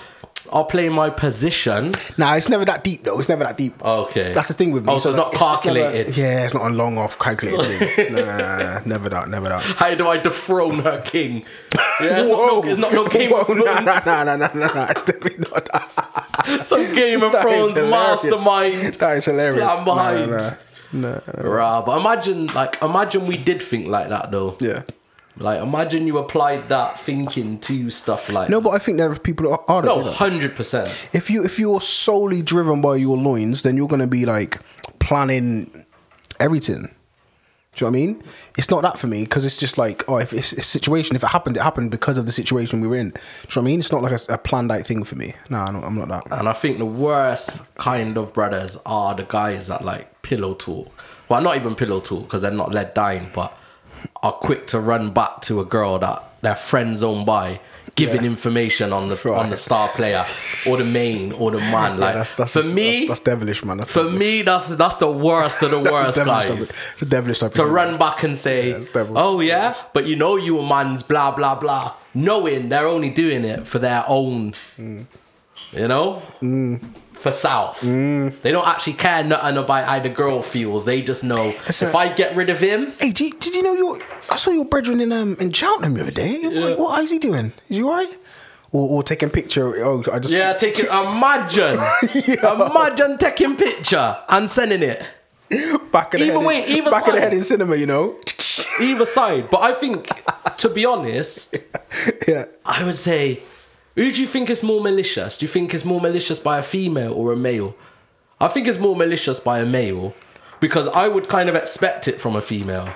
S1: I'll play my position. *laughs*
S2: that. nah, it's never that deep though. It's never that deep.
S1: Okay.
S2: That's the thing with me.
S1: Oh, so it's not
S2: like, never-
S1: calculated.
S2: yeah, it's not a long
S1: *laughs*
S2: off calculated thing. Nah, never that, never that.
S1: How do I dethrone her king? Yeah, it's, not no, it's not no Game
S2: *laughs* Whoa,
S1: of Thrones.
S2: Nah, nah, nah, nah, nah, nah, nah. It's definitely not
S1: *laughs*
S2: that.
S1: Some Game of
S2: That
S1: Thrones
S2: is hilarious.
S1: mastermind.
S2: That is hilarious.
S1: plan behind.
S2: Nah, nah, nah, nah.
S1: Rah, but imagine, like, imagine we did think like that though.
S2: Yeah.
S1: Like, imagine you applied that thinking to stuff like
S2: No, but I think there are people that are.
S1: no,
S2: No.
S1: hundred percent.
S2: If you if you're solely driven by your loins, then you're gonna be like planning everything. Do you know what I mean? It's not that for me because it's just like oh, if it's a situation, if it happened, it happened because of the situation we were in. Do you know what I mean? It's not like a, a planned out thing for me. No, I don't- I'm not that.
S1: And I think the worst kind of brothers are the guys that like pillow talk. Well, not even pillow talk because they're not led down, but are quick to run back to a girl that their friends own by, giving
S2: Yeah.
S1: information on the on the
S2: Right.
S1: star player or the main or the man. Like
S2: that's, that's
S1: for
S2: just-
S1: me,
S2: that's, that's devilish, man. That's
S1: for
S2: devilish.
S1: me, that's that's the worst of the
S2: *laughs*
S1: worst
S2: That's a devilish
S1: guys.
S2: Type of, it's a devilish type
S1: to
S2: of
S1: run back and say,
S2: it's devil.
S1: "Oh yeah, but you know you a man's blah blah blah," knowing they're only doing it for their own,
S2: Mm.
S1: you know, for self.
S2: Mm.
S1: They don't actually care nothing about how the girl feels. They just know
S2: Listen.
S1: if I get rid of him,
S2: Hey, did you, did you know your? I saw your brethren in um in Cheltenham the other day. What, what is he doing? Is he alright? Or, or taking picture? Oh, I just *laughs*
S1: yeah, take it. Imagine, imagine taking picture and sending it
S2: back of the
S1: Either
S2: head. in-
S1: way, either
S2: back of the
S1: side.
S2: head in cinema. You know.
S1: either side. But I think, to be honest,
S2: *laughs* yeah.
S1: I would say, who do you think is more malicious? Do you think it's more malicious by a female or a male? I think it's more malicious by a male because I would kind of expect it from a female.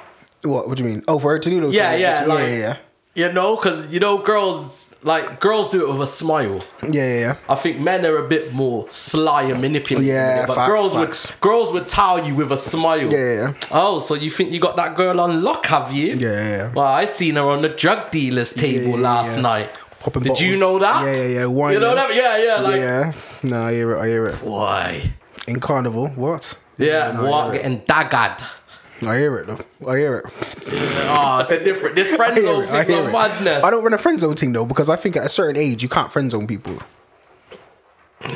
S2: What? What do you mean? Oh, for her to do those.
S1: Yeah,
S2: kind of
S1: yeah,
S2: pictures.
S1: like,
S2: yeah, yeah,
S1: You know, because you know, girls like girls do it with a smile.
S2: yeah, yeah, yeah.
S1: I think men are a bit more sly and manipulative.
S2: Yeah,
S1: with it, but
S2: facts,
S1: girls
S2: facts.
S1: would girls would towel you with a smile.
S2: Yeah, yeah, yeah.
S1: Oh, so you think you got that girl on lock, have you?
S2: Yeah, yeah, yeah.
S1: Well, I seen her on the drug dealer's table
S2: yeah,
S1: last
S2: yeah.
S1: night.
S2: Popping
S1: Did you
S2: bottles.
S1: know that?
S2: Yeah, yeah, yeah. Wine,
S1: you know
S2: yeah.
S1: that? Yeah, yeah. Like
S2: yeah. No, I hear it. I hear it.
S1: why?
S2: In carnival, what?
S1: Yeah,
S2: No, I
S1: what
S2: hear it.
S1: getting daggered?
S2: I hear it. though. I hear it.
S1: Oh, it's a different. This friend
S2: I hear
S1: zone *laughs*
S2: it. I
S1: thing's
S2: hear
S1: a
S2: it.
S1: madness.
S2: I don't run a friend zone thing though because I think at a certain age you can't friend zone people.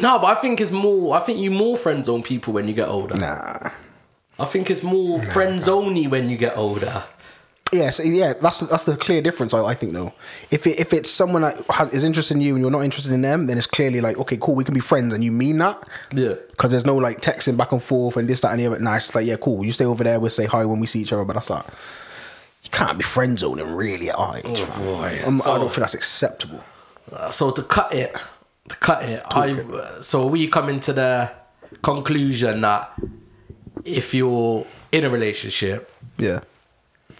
S1: No, but I think it's more. I think you more friend zone people when you get older.
S2: Nah.
S1: I think it's more friend zoney when you get older.
S2: Yeah, so yeah, that's that's the clear difference. I, I think though, if it, if it's someone that has, is interested in you and you're not interested in them, then it's clearly like okay, cool, we can be friends, and you mean that.
S1: Yeah.
S2: Because there's no like texting back and forth and this that and the other. Nah, it's like yeah, cool. You stay over there, we'll say hi when we see each other, but that's that. You can't be friend zoning really at our age. fam.
S1: boy.
S2: Um, I
S1: So-
S2: don't think that's acceptable.
S1: Uh, So to cut it, to cut it, I. uh, So we coming to the conclusion that if you're in a relationship,
S2: Yeah.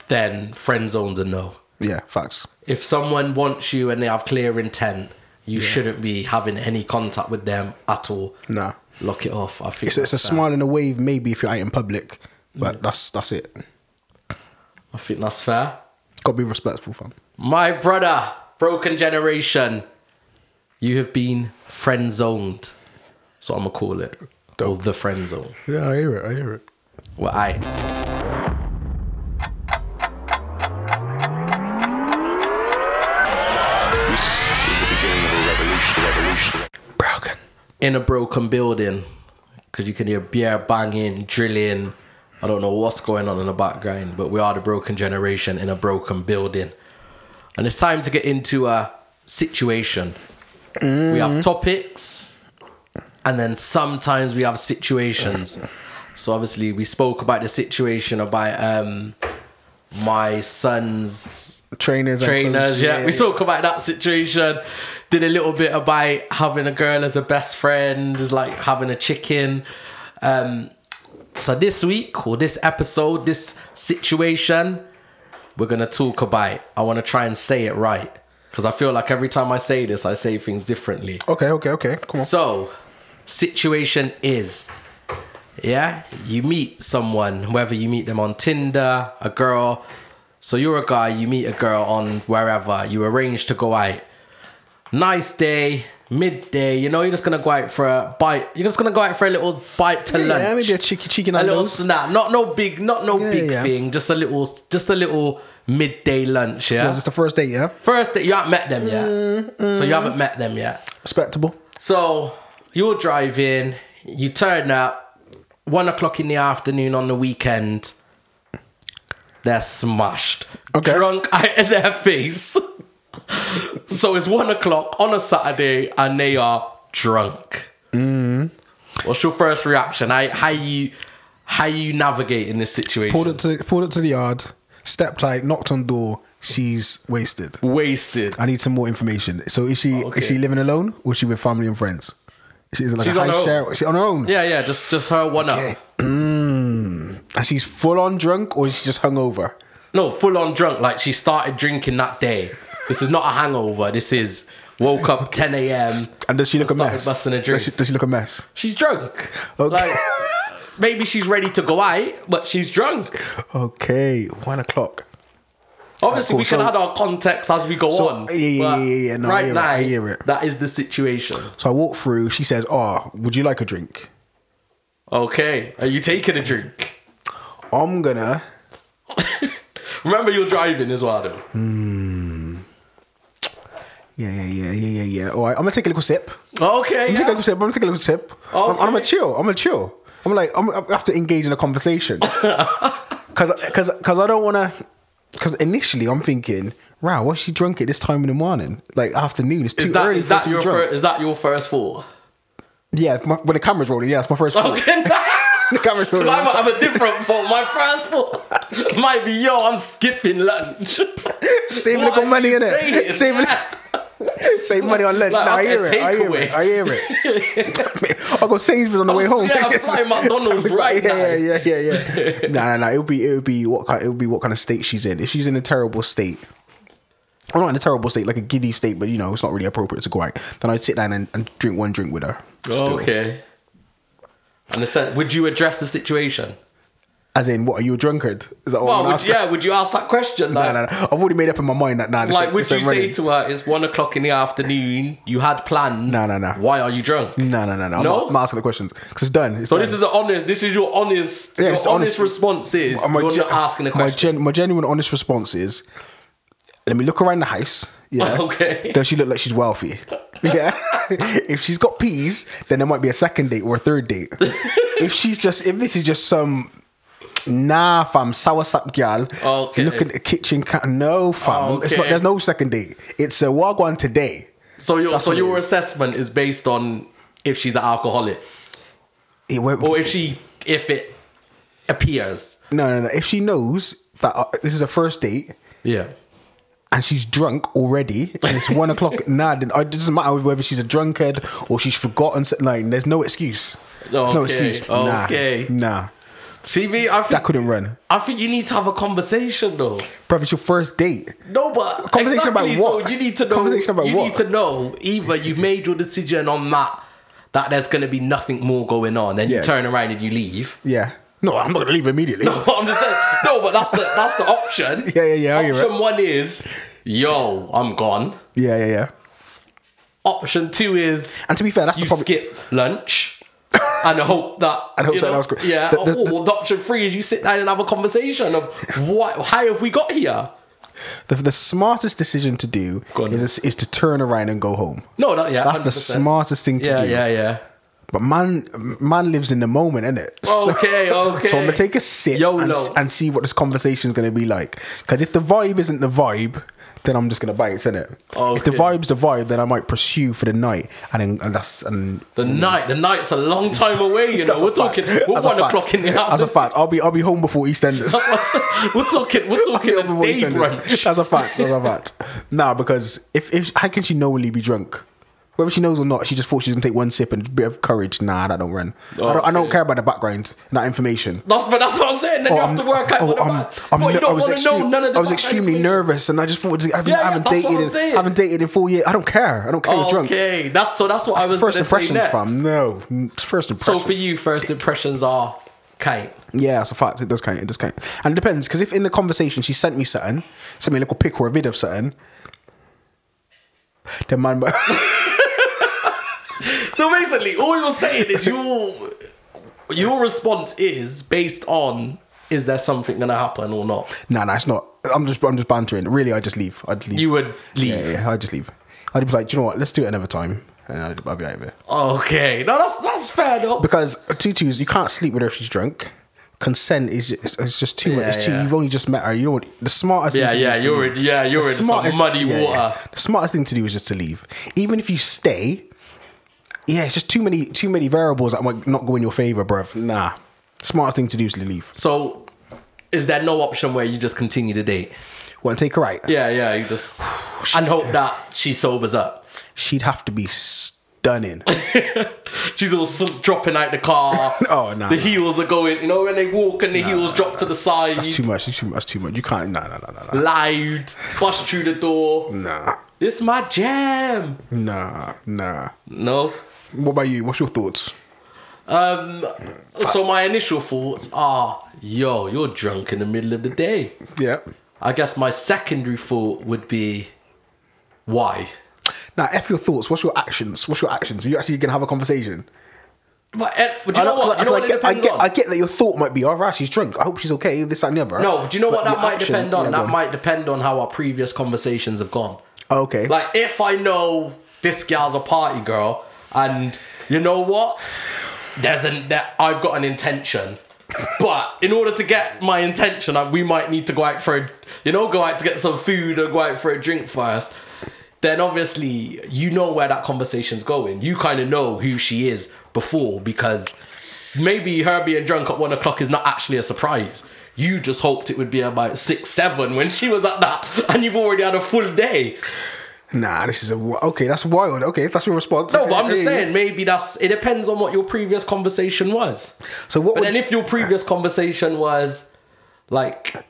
S1: then friend zone's a no.
S2: Yeah. Facts.
S1: If someone wants you and they have clear intent, you shouldn't be having any contact with them at all.
S2: Nah.
S1: Lock it off. I think
S2: It's, it's a
S1: that's Mm. that.
S2: smile and a wave, maybe if you're out in public, but that's that's it.
S1: I think that's fair.
S2: Gotta be respectful, fam.
S1: My brother, broken generation, you have been friend zoned. That's what I'm gonna call it. Or the friend zone.
S2: Yeah, I hear it. I hear it.
S1: Well, I.
S2: Broken.
S1: in a broken building because you can hear beer banging, drilling. I don't know what's going on in the background, but we are the broken generation in a broken building. And it's time to get into a situation. We have topics, and then sometimes we have situations. So obviously, we spoke about the situation about um, my son's
S2: Trainers. and
S1: trainers.
S2: clothes,
S1: Yeah. we spoke about that situation. Did a little bit about having a girl as a best friend, is like having a chicken. Um, so this week or this episode, this situation, we're gonna talk about. I want to try and say it right because I feel like every time I say this, I say things differently.
S2: Okay. Okay. Okay. Come on.
S1: So, situation is, yeah, you meet someone, whether you meet them on Tinder, a girl. So you're a guy, you meet a girl on wherever, you arrange to go out. Nice day, midday, you know, you're just gonna go out for a bite. You're just gonna go out for a little bite to lunch.
S2: Yeah, maybe a cheeky cheeky
S1: a little
S2: nandos.
S1: snack, not no big, not no
S2: Yeah,
S1: big
S2: yeah.
S1: thing, just a little, just a little midday lunch. Yeah,
S2: Because it's the first date, yeah.
S1: first that you haven't met them yet,
S2: Mm,
S1: so you haven't met them yet.
S2: Respectable.
S1: So you're driving, you turn up, one o'clock in the afternoon on the weekend. They're smashed,
S2: Okay.
S1: drunk *laughs* out of their face. so it's one o'clock on a Saturday, and they are drunk.
S2: Mm.
S1: What's your first reaction? I, how you how you navigate in this situation?
S2: Pulled up to pulled up to the yard. Stepped out. Knocked on door. She's wasted.
S1: Wasted.
S2: I need some more information. So is she
S1: okay.
S2: is she living alone or is she with family and friends? She's like
S1: She's
S2: a
S1: on her
S2: high
S1: own.
S2: share. She's on her own.
S1: Yeah, yeah. Just just her one up.
S2: And she's full on drunk or is she just hungover?
S1: No, full on drunk. Like she started drinking that day. This is not a hangover. This is woke up 10 a.m.
S2: And does she look a
S1: started
S2: mess?
S1: busting a drink.
S2: Does she, does she look a mess?
S1: She's drunk.
S2: Okay.
S1: Like maybe she's ready to go out, but she's drunk.
S2: *laughs* Okay, one o'clock.
S1: Obviously,
S2: cool.
S1: we can
S2: So-
S1: add our context as we go
S2: So-
S1: on.
S2: yeah, yeah,
S1: but
S2: yeah, yeah, yeah. No, I
S1: right
S2: hear it.
S1: now,
S2: I hear it.
S1: that is the situation.
S2: So I walk through. She says, "Oh, would you like a drink?"
S1: Okay, are you taking a drink?
S2: I'm gonna.
S1: Remember, you're driving as well, though.
S2: Yeah, yeah, yeah, yeah, yeah, yeah. All right, I'm gonna take a little sip.
S1: Okay,
S2: I'm gonna take Mm. a
S1: yeah.
S2: little sip. I'm gonna take a little sip. I'm, I'm gonna
S1: Okay.
S2: chill. I'm gonna chill. I'm like, I'm, I have to engage in a
S1: *laughs*
S2: conversation. Cause, cause, cause I don't wanna. Cause initially I'm thinking, wow, why's she drunk at this time in the morning? Like afternoon, it's too
S1: is that,
S2: early
S1: is
S2: for her
S1: that
S2: to be
S1: your
S2: drunk.
S1: first, is that your first thought?
S2: Yeah, my, when the camera's rolling, yeah, it's my first. thought.
S1: *laughs*
S2: *laughs*
S1: Okay. *laughs*
S2: The camera's
S1: Because
S2: rolling.
S1: I might have a different thought. My first thought *laughs* might be, yo, I'm skipping lunch.
S2: Save a
S1: What
S2: little
S1: are
S2: money
S1: you
S2: in
S1: saying?
S2: it. *laughs* Save, a- save money on lunch.
S1: Like,
S2: nah, I
S1: I'll
S2: hear
S1: get
S2: it. I hear it.
S1: takeaway.
S2: I hear it. *laughs* I'll go Sainsbury's on the way home.
S1: yeah,
S2: *laughs*
S1: I'm flying McDonald's
S2: Something
S1: right
S2: like- yeah,
S1: now.
S2: Yeah, yeah, yeah,
S1: *laughs*
S2: yeah. nah, nah, nah. It'll be it'll be what kind it'll be what kind of state she's in. If she's in a terrible state. Or not in a terrible state, like a giddy state, but you know, it's not really appropriate to go out. Then I'd sit down and, and drink one drink with her. still.
S1: Oh, okay. And it said, would you address the situation?
S2: As in, what are you a drunkard? Is that what
S1: Well,
S2: I'm
S1: would,
S2: asking?
S1: yeah, would you ask that question?
S2: Nah,
S1: Like,
S2: nah, nah. I've already made up in my mind that nah. This
S1: like would
S2: this
S1: you
S2: ain't
S1: say
S2: running.
S1: to her, it's one o'clock in the afternoon, you had plans.
S2: No, no, no.
S1: Why are you drunk?
S2: No, no, no, no. I'm
S1: No?
S2: not- I'm asking the questions because it's done. It's
S1: So
S2: done.
S1: this is the honest, this is your honest,
S2: Yeah,
S1: your
S2: it's
S1: honest,
S2: the honest-
S1: response is,
S2: Oh, my
S1: you're
S2: gen-
S1: not asking a
S2: my
S1: question.
S2: gen- My, genuine, honest response is, let me look around the house. Yeah.
S1: *laughs* Okay.
S2: Does she look like
S1: *laughs*
S2: she's wealthy? Yeah. *laughs* if she's got peas, then there might be a second date or a
S1: *laughs*
S2: third date. if she's just, if this is just some. Nah, fam, sour sap gal.
S1: Okay.
S2: Look at the kitchen. Ca- no, fam. It's not,
S1: Okay.
S2: there's no second date. It's a wagwan today.
S1: so your, so
S2: what it
S1: your
S2: is.
S1: assessment is based on if she's an alcoholic.
S2: It won't-
S1: or if she if it appears
S2: no, no, no. If she knows that uh, this is a first date,
S1: yeah
S2: and she's drunk already, and it's one
S1: *laughs*
S2: o'clock. Nah, then uh, it doesn't matter whether she's a drunkard or she's forgotten. s- Like, there's no excuse. There's no
S1: Okay,
S2: excuse.
S1: okay.
S2: Nah, nah.
S1: CV, I think
S2: That couldn't run.
S1: I think you need to have a conversation though.
S2: Bruv, it's your first date.
S1: No, but
S2: Conversation about
S1: exactly, so
S2: what?
S1: you need to know.
S2: Conversation about
S1: you
S2: what?
S1: need to know either *laughs* you've made your decision on that that there's going to be nothing more going on, then you
S2: Yeah.
S1: turn around and you leave. *laughs*
S2: Yeah. No, I'm not gonna leave immediately.
S1: But I'm just saying, no, but that's the that's the option.
S2: *laughs* Yeah, yeah, yeah, you're
S1: Option one is, yo, I'm gone.
S2: Yeah, yeah, yeah.
S1: Option two is
S2: And to be fair, that's
S1: you
S2: the problem.
S1: skip lunch and hope that
S2: *laughs* And hope
S1: you
S2: something
S1: know,
S2: else could-
S1: Yeah. oh,
S2: the- the-
S1: or the option three is you sit down and have a conversation of what how have we got here?
S2: The, the smartest decision to do
S1: Go on.
S2: is, is to turn around and go home.
S1: No, that, yeah,
S2: That's the
S1: 100%.
S2: smartest thing to
S1: Yeah,
S2: do.
S1: yeah, yeah.
S2: But man, man lives in the moment, innit?
S1: Okay, okay.
S2: *laughs* So I'm gonna take a sip and,
S1: YOLO.
S2: and see what this conversation's gonna be like. Because if the vibe isn't the vibe, then I'm just gonna bounce, innit? If
S1: Okay.
S2: the vibe's the vibe, then I might pursue for the night, and then and that's and
S1: The night, the night's a long
S2: *laughs*
S1: time away. You know,
S2: Mm. That's a
S1: we're
S2: fact.
S1: talking, we're
S2: That's a
S1: one
S2: fact.
S1: o'clock in the
S2: That's a
S1: afternoon.
S2: fact. I'll be I'll be home
S1: *laughs*
S2: before EastEnders.
S1: we're talking,
S2: *laughs*
S1: we're
S2: I'll be
S1: talking a
S2: home before
S1: day
S2: EastEnders.
S1: brunch.
S2: *laughs* That's a fact. That's a fact. Nah, because if, if how can she knowingly be drunk? Whether she knows or not, she just thought she was gonna take one sip and a bit of courage. Nah, that don't run. I, don't, I don't
S1: Okay.
S2: care about the background and that information.
S1: *laughs* That's, but that's what I'm saying. Then
S2: Oh,
S1: you have
S2: I'm-
S1: to work out
S2: oh,
S1: what the
S2: I'm-
S1: back-
S2: I'm
S1: what, you
S2: ner- I
S1: don't
S2: was
S1: want to
S2: extreme-
S1: know none of the
S2: I was
S1: back
S2: extremely
S1: information.
S2: nervous, and I just thought I haven't,
S1: Yeah, yeah,
S2: I haven't
S1: that's what I'm
S2: dated. In,
S1: saying. Oh,
S2: I haven't dated in four years. I don't care. I don't care. You're drunk.
S1: Okay, that's so. That's what I was
S2: first
S1: gonna say
S2: impressions,
S1: next.
S2: fam. No, it's first
S1: So
S2: impressions.
S1: for you, first impressions are Kate.
S2: yeah, it's a fact. It does count. It does count. And it depends because if in the conversation she sent me something, sent me a little pic or a vid of something, then man, *laughs* but
S1: So basically, all you're saying is your your response is based on is there something gonna happen or not?
S2: no, no, it's not. I'm just, I'm just bantering. Really, I just leave. I'd leave.
S1: You would leave.
S2: Yeah, yeah, I just leave. I'd be like, do you know what? Let's do it another time, and I'd, I'd be out of it.
S1: Okay, no, that's that's fair though.
S2: because tutus you can't sleep with her if she's drunk consent is just, it's just too much
S1: Yeah,
S2: it's too
S1: yeah.
S2: you've only just met her you don't want the smartest
S1: Yeah,
S2: thing to
S1: yeah,
S2: do is to
S1: you're
S2: leave.
S1: in- yeah, you're
S2: The
S1: in some muddy water.
S2: the smartest thing to do is just to leave even if you stay yeah it's just too many too many variables that might not go in your favor bruv nah smartest thing to do is to leave
S1: So, is there no option where you just continue the date?
S2: want to take her right
S1: Yeah, yeah, you just *sighs* and hope that she sobers up.
S2: she'd have to be
S1: *laughs*
S2: stunning
S1: She's all sl- dropping out the car.
S2: *laughs* Oh, nah,
S1: The
S2: nah.
S1: heels are going. You know when they walk and the heels drop to the side.
S2: that's too much that's too, that's too much you can't nah nah nah nah nah
S1: Loud, bust through the door.
S2: nah
S1: This my jam.
S2: nah nah
S1: No.
S2: what about you what's your thoughts
S1: Um. So my initial thoughts are, yo, you're drunk in the middle of the day.
S2: yeah
S1: I guess my secondary thought would be, why?
S2: Now, F your thoughts. What's your actions? What's your actions? Are you actually going to have a conversation?
S1: But, eh, but do you know
S2: don't-
S1: what? Do you know what
S2: 'cause I,
S1: it
S2: get, I,
S1: depends
S2: get,
S1: on?
S2: I get that your thought might be, oh, right, she's drunk. I hope she's okay, this, that, and the other.
S1: No, do you know what
S2: But
S1: that
S2: your
S1: might
S2: action-
S1: depend on?
S2: yeah, go
S1: that might depend on how our previous conversations have gone.
S2: Oh, okay.
S1: Like if I know this gal's a party girl, and you know what, there's an that I've got an intention, but in order to get my intention, I, we might need to go out for a, you know go out to get some food or go out for a drink first. Then obviously you know where that conversation's going. You kind of know who she is before because maybe her being drunk at one o'clock is not actually a surprise. You just hoped it would be about six, seven when she was at that, and you've already had a full day.
S2: nah, this is a. wi- Okay, that's wild. Okay, that's your response.
S1: No, but I'm just
S2: Okay, yeah.
S1: saying maybe that's it depends on what your previous conversation was.
S2: So, what
S1: But
S2: would.
S1: then if your previous conversation was like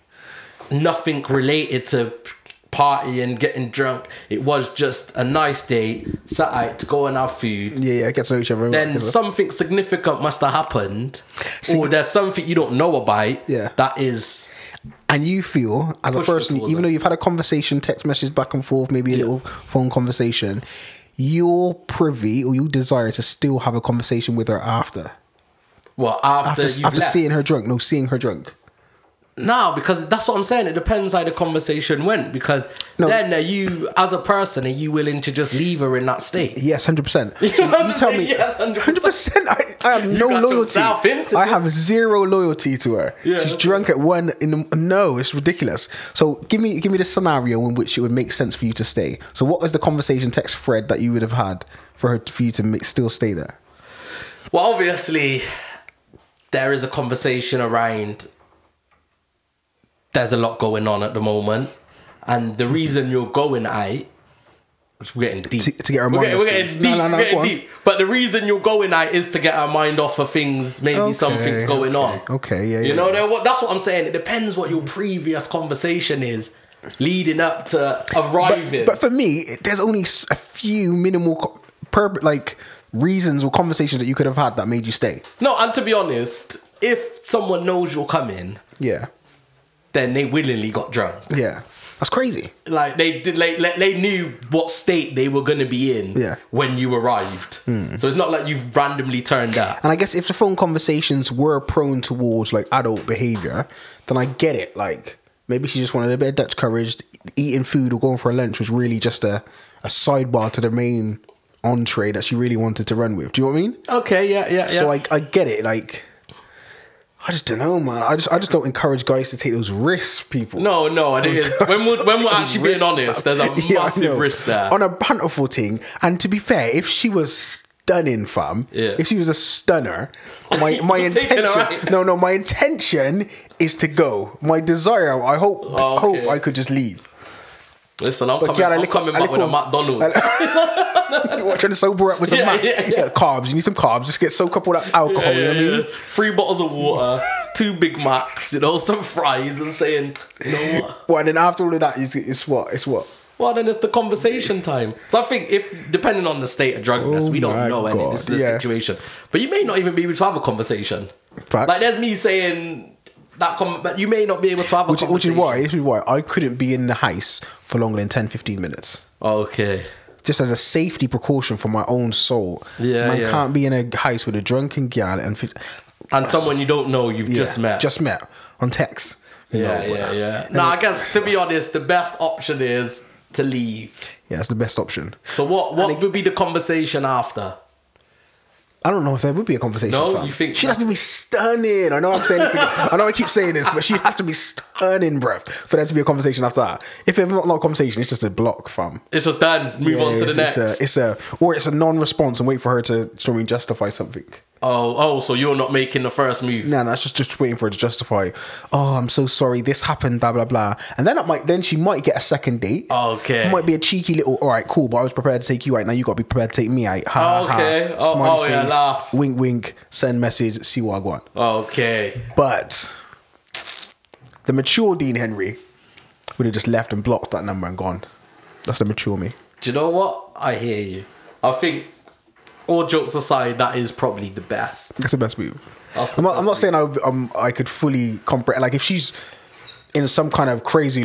S1: nothing related to party and getting drunk, it was just a nice date, sat out to go and have food.
S2: yeah, yeah, get to know each other.
S1: Then
S2: Whatever.
S1: something significant must have happened, or
S2: Signi-
S1: there's something you don't know about
S2: Yeah.
S1: that is
S2: and you feel, as a
S1: Push the
S2: person,
S1: pause
S2: even
S1: on.
S2: though you've had a conversation, text message back and forth, maybe a little phone conversation, you're privy or you desire to still have a conversation with her after.
S1: well after,
S2: After,
S1: you've
S2: after
S1: left.
S2: seeing her drunk. No, seeing her drunk.
S1: No, because that's what I'm saying. It depends how the conversation went. Because
S2: No.
S1: then are you, as a person, are you willing to just leave her in that state?
S2: Yes,
S1: *laughs*
S2: hundred percent. You
S1: know what I'm
S2: tell
S1: saying?
S2: me,
S1: Yes,
S2: hundred
S1: 100%.
S2: percent. I, I have no
S1: got
S2: loyalty.
S1: yourself into
S2: I have zero loyalty to her.
S1: Yeah,
S2: She's
S1: that's
S2: drunk at one. In the, no, it's ridiculous. So give me give me the scenario in which it would make sense for you to stay. So what was the conversation text thread that you would have had for her for you to make, still stay there?
S1: Well, obviously, there is a conversation around there's a lot going on at the moment. And the reason you're going out We're getting deep.
S2: To- to get our
S1: we're
S2: mind
S1: getting,
S2: off
S1: we're getting
S2: things.
S1: deep.
S2: No, no, no,
S1: we're getting
S2: go on.
S1: deep. But the reason you're going out is to get our mind off of things. Maybe
S2: Okay,
S1: something's going on.
S2: okay, yeah,
S1: You
S2: yeah,
S1: know,
S2: yeah.
S1: they're what that's what I'm saying. It depends what your previous conversation is leading up to arriving.
S2: But for me, it- there's only s- a few minimal co- per like reasons or conversations that you could have had that made you stay.
S1: no, and to be honest, if someone knows you're coming,
S2: Yeah,
S1: then they willingly got drunk.
S2: yeah, that's crazy.
S1: like they did like, like they knew what state they were going to be in
S2: Yeah. Hmm.
S1: when you arrived so it's not like you've randomly turned up
S2: And I guess if the phone conversations were prone towards like adult behavior, then I get it. Like maybe she just wanted a bit of Dutch courage. Eating food or going for a lunch was really just a, a sidebar to the main entree that she really wanted to run with. Do you know what I mean?
S1: okay yeah yeah yeah
S2: So I I get it. Like I just don't know, man. I just I just don't encourage guys to take those risks, people.
S1: no no and it is when we're, when we're actually being honest there's a
S2: *laughs* Yeah, I know.
S1: massive risk there
S2: On a bountiful thing, and to be fair, if she was stunning, fam,
S1: Yeah.
S2: if she was a stunner,
S1: *laughs*
S2: my my
S1: You're taking her
S2: intention,
S1: out.
S2: no, no, my intention is to go. My desire, I hope,
S1: Oh, okay.
S2: hope I could just leave.
S1: listen I'm coming,
S2: yeah, I
S1: I'm
S2: look-
S1: coming
S2: I
S1: back
S2: look
S1: with a
S2: on-
S1: *laughs* McDonald's
S2: What, trying to sober up with some
S1: Yeah,
S2: man-
S1: yeah, yeah.
S2: carbs. You need some carbs. Just get soak up all that alcohol.
S1: Yeah,
S2: you
S1: yeah,
S2: know what I mean?
S1: yeah. *laughs* three bottles of water two Big Macs you know some fries and saying you know what
S2: Well, and then after all of that, it's, it's what? It's what?
S1: Well, then it's the conversation time. So I think if depending on the state of drunkenness,
S2: Oh
S1: we
S2: my
S1: don't know any.
S2: God,
S1: This is a
S2: yeah.
S1: situation, but you may not even be able to have a conversation.
S2: Facts.
S1: Like there's me saying that, com- but you may not be able to have a
S2: Which, which is
S1: conversation.
S2: why, which is why I couldn't be in the house for longer than 10, 15 minutes.
S1: Okay.
S2: just as a safety precaution for my own soul.
S1: Yeah,
S2: man
S1: yeah.
S2: can't be in a house with a drunken gal and fi-
S1: And someone you don't know, you've
S2: yeah,
S1: just met.
S2: just met on text. You know,
S1: yeah,
S2: but-
S1: yeah, yeah. No, I guess to be honest, the best option is to leave.
S2: yeah, that's the best option.
S1: So what? What would be the conversation after?
S2: I don't know if there would be a conversation.
S1: No,
S2: fam.
S1: you think-
S2: she'd have to be stunning? I know I'm saying this. again. I know I keep saying this, but she'd have to be stunning, bruv, for there to be a conversation after that. If it's not, not a conversation, it's just a block, fam.
S1: It's just done. Move on to
S2: Yeah,
S1: the
S2: it's, uh,
S1: next.
S2: It's a, it's a, or it's a non-response and wait for her to, to really justify something.
S1: oh, oh, so you're not making the first move.
S2: No, no, it's just just waiting for her to justify. Oh, I'm so sorry. This happened. Blah blah blah. And then it might then she might get a second date.
S1: Okay.
S2: Might be a cheeky little. All right, cool. But I was prepared to take you out. Now you got to be prepared to take me out. Ha,
S1: Okay.
S2: Ha, ha.
S1: Oh,
S2: Smiley
S1: oh, yeah,
S2: face,
S1: laugh.
S2: Wink, wink. Send message. See what I want.
S1: Okay.
S2: But the mature Dean Henry would have just left and blocked that number and gone. That's the mature me.
S1: Do you know what? I hear you. I think all jokes aside, that is probably the best.
S2: That's the best move.
S1: That's the
S2: I'm, not,
S1: best
S2: I'm not saying I, would- um, I could fully comprehend. Like if she's in some kind of crazy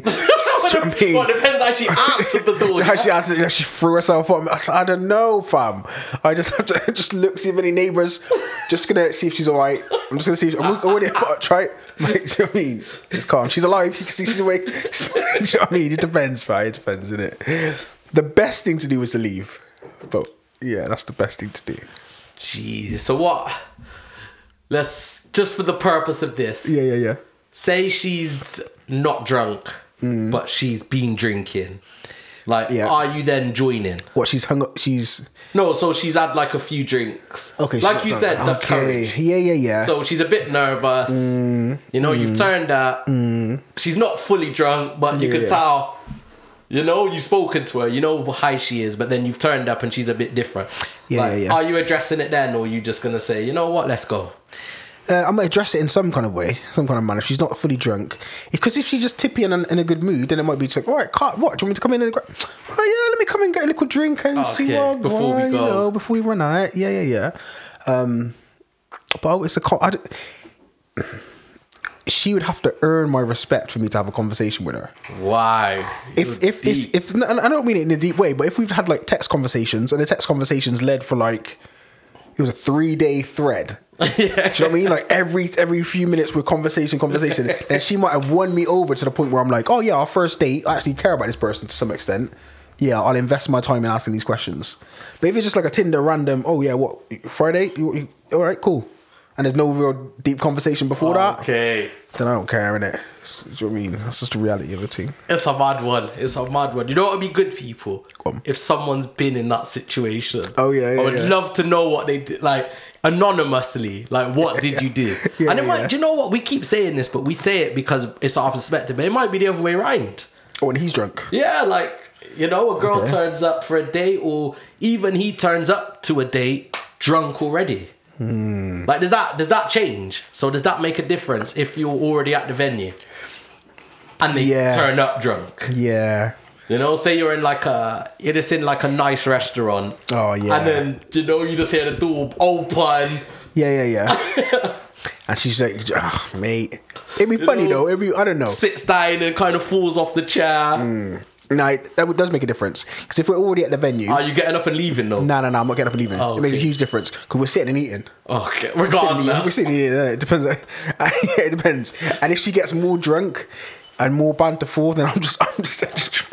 S1: *laughs* well,
S2: I mean-
S1: it depends how
S2: *laughs*
S1: she answered the door.
S2: How she answered, how she threw herself on. me. I, said, I don't know, fam. I just have to *laughs* just look see if any neighbors. Just gonna see if she's all right. I'm just gonna see. If, I'm already watch, *laughs* right? Mate, do you know what I mean? It's calm. She's alive. You can see she's awake. *laughs* do you know what I mean? It depends, fam. It depends, innit? The best thing to do is to leave. But yeah, that's the best thing to do.
S1: Jeez. So what? Let's just for the purpose of this,
S2: Yeah, yeah, yeah.
S1: say she's not drunk, but she's been drinking. Like,
S2: Mm-hmm. Yeah.
S1: are you then joining?
S2: What she's hung up? She's
S1: No, so she's had like a few drinks.
S2: okay. she's
S1: like
S2: not
S1: you
S2: drunk.
S1: said, the courage.
S2: Yeah, yeah, yeah.
S1: So she's a bit nervous.
S2: Mm-hmm.
S1: You know, you've turned up. She's not fully drunk, but you
S2: Yeah.
S1: can tell. You know, you've spoken to her. You know how she is, but then you've turned up and she's a bit different.
S2: Yeah,
S1: Like,
S2: yeah, yeah.
S1: Are you addressing it then, or are you just gonna say, you know what, let's go?
S2: Uh, I'm gonna address it in some kind of way, some kind of manner. If she's not fully drunk, because if she's just tippy and in a good mood, then it might be just like, all right, can't, what? Do you want me to come in and grab? Oh, yeah, let me come and get a little drink and see
S1: Okay,
S2: what
S1: before we go.
S2: why, You know, before we run out, yeah, yeah, yeah. Um, but it's a con- I don't- *sighs* she would have to earn my respect for me to have a conversation with her.
S1: Why?
S2: If if this if and I don't mean it in a deep way, but if we've had like text conversations and the text conversations led for like it was a three day thread.
S1: yeah.
S2: Do you know what I mean? Like every every few minutes with conversation, conversation, and she might have won me over to the point where I'm like, oh yeah, our first date, I actually care about this person to some extent. Yeah, I'll invest my time in asking these questions. But if it's just like a Tinder random, oh yeah, what Friday? You, you, all right, cool. And there's no real deep conversation before that.
S1: Oh, Okay.
S2: Then I don't care, innit? Do you know what I mean? That's just the reality of the thing.
S1: It's a mad one. It's a mad one. You know what would be good, people?
S2: on.
S1: If someone's been in that situation.
S2: Oh, yeah, yeah,
S1: I would
S2: yeah.
S1: love to know what they did, like anonymously. Like, what did you do?
S2: *laughs* Yeah,
S1: and it might,
S2: yeah.
S1: do you know what? We keep saying this, but we say it because it's our perspective, but it might be the other way around.
S2: Oh, and he's drunk.
S1: Yeah, like, You know, a girl
S2: Okay.
S1: turns up for a date, or even he turns up to a date drunk already.
S2: Hmm.
S1: Like, does that does that change? So does that make a difference if you're already at the venue and they
S2: Yeah.
S1: turn up drunk?
S2: Yeah.
S1: You know, say you're in like a you're just in like a nice restaurant.
S2: Oh, yeah.
S1: And then you know you just hear the door open.
S2: Yeah, yeah, yeah.
S1: *laughs*
S2: and she's like, oh, mate. It'd be funny
S1: know?
S2: though. It'd be I don't know.
S1: sits down and kind of falls off the chair.
S2: Mm. No, it, that does make a difference because if we're already at the venue,
S1: Are you getting up and leaving though?
S2: no, no, no, I'm not getting up and leaving.
S1: Oh,
S2: it makes a
S1: okay.
S2: huge difference because we're sitting and eating.
S1: Okay,
S2: Sitting and
S1: *laughs*
S2: eating. We're
S1: regardless.
S2: sitting and eating. innit? It depends. *laughs* yeah, it depends. And if she gets more drunk and more banterful, then I'm just, I'm just.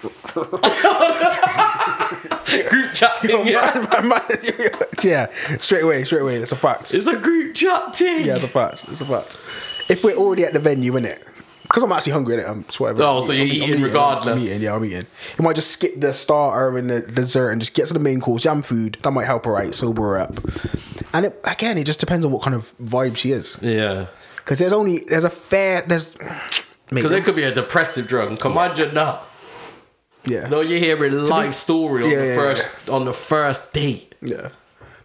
S1: Group chat
S2: *laughs* Yo,
S1: thing, *laughs* yeah.
S2: man, man, man. yeah, straight away, straight away. That's a fact.
S1: It's a group chat thing.
S2: Yeah, it's a fact. It's a fact. If we're already at the venue, innit? Because I'm actually hungry, innit? I'm it's whatever.
S1: Oh, so you're eating
S2: I'm
S1: regardless.
S2: eating, yeah, I'm eating. You might just skip the starter and the dessert and just get to the main course, jam food. That might help her out, sober her up. And it, again, it just depends on what kind of vibe she is.
S1: *laughs* Yeah.
S2: Because there's only, there's a fair, there's. *sniffs* Mate,
S1: Because it could be a depressive drunk. Imagine that.
S2: yeah.
S1: No, you're hearing life story on
S2: Yeah,
S1: the
S2: yeah,
S1: first on the first date.
S2: Yeah.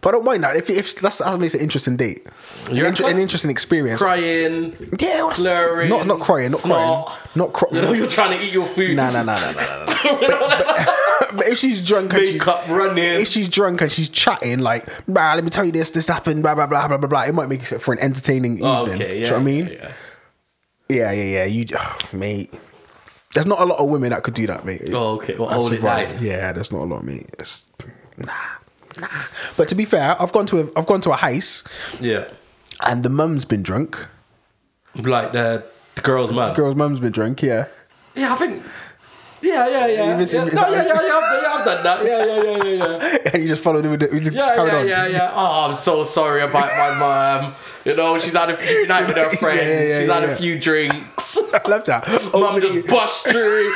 S2: But I don't mind that. If, if that's that makes it an interesting date, an,
S1: You
S2: inter-
S1: reckon?
S2: an interesting experience.
S1: Crying.
S2: Yeah, well,
S1: Slurring.
S2: Not not crying, not
S1: snot.
S2: crying, not crying.
S1: You know you're trying to eat your food.
S2: Nah, nah, nah, nah,
S1: *laughs*
S2: nah, nah. nah. *laughs* but if she's drunk and she's,
S1: Makeup running.
S2: if she's drunk and she's chatting like, "Bruh, let me tell you this, this happened, blah blah blah blah blah blah, it might make it for an entertaining evening.
S1: Oh,
S2: Do
S1: okay,
S2: you
S1: yeah.
S2: know what I mean?
S1: yeah.
S2: Yeah, yeah, yeah. You, oh, mate. There's not a lot of women that could do that, mate.
S1: Oh, okay. Well,
S2: And
S1: hold it
S2: survive.
S1: down.
S2: Yeah, there's not a lot, mate. It's, nah, nah. But to be fair, I've gone to a, I've gone to a heist,
S1: Yeah.
S2: and the mum's been drunk.
S1: Like the, the girl's man.
S2: Girl's mum's been drunk. Yeah. *laughs*
S1: Yeah, I think. Yeah, yeah, yeah.
S2: Is-
S1: yeah.
S2: is
S1: No,
S2: that-
S1: yeah, yeah, yeah, I've, yeah, I've done that. Yeah, yeah, yeah, yeah, yeah.
S2: and you just followed it with the, you just
S1: Yeah,
S2: carried
S1: yeah,
S2: on.
S1: yeah, yeah. Oh, I'm so sorry about my mum. You know, she's had a few night with her friend.
S2: *laughs* Yeah, yeah,
S1: she's had
S2: yeah. Oh,
S1: a few
S2: *laughs*
S1: drinks.
S2: I *laughs* love that.
S1: Mum
S2: Overly-
S1: just bust through.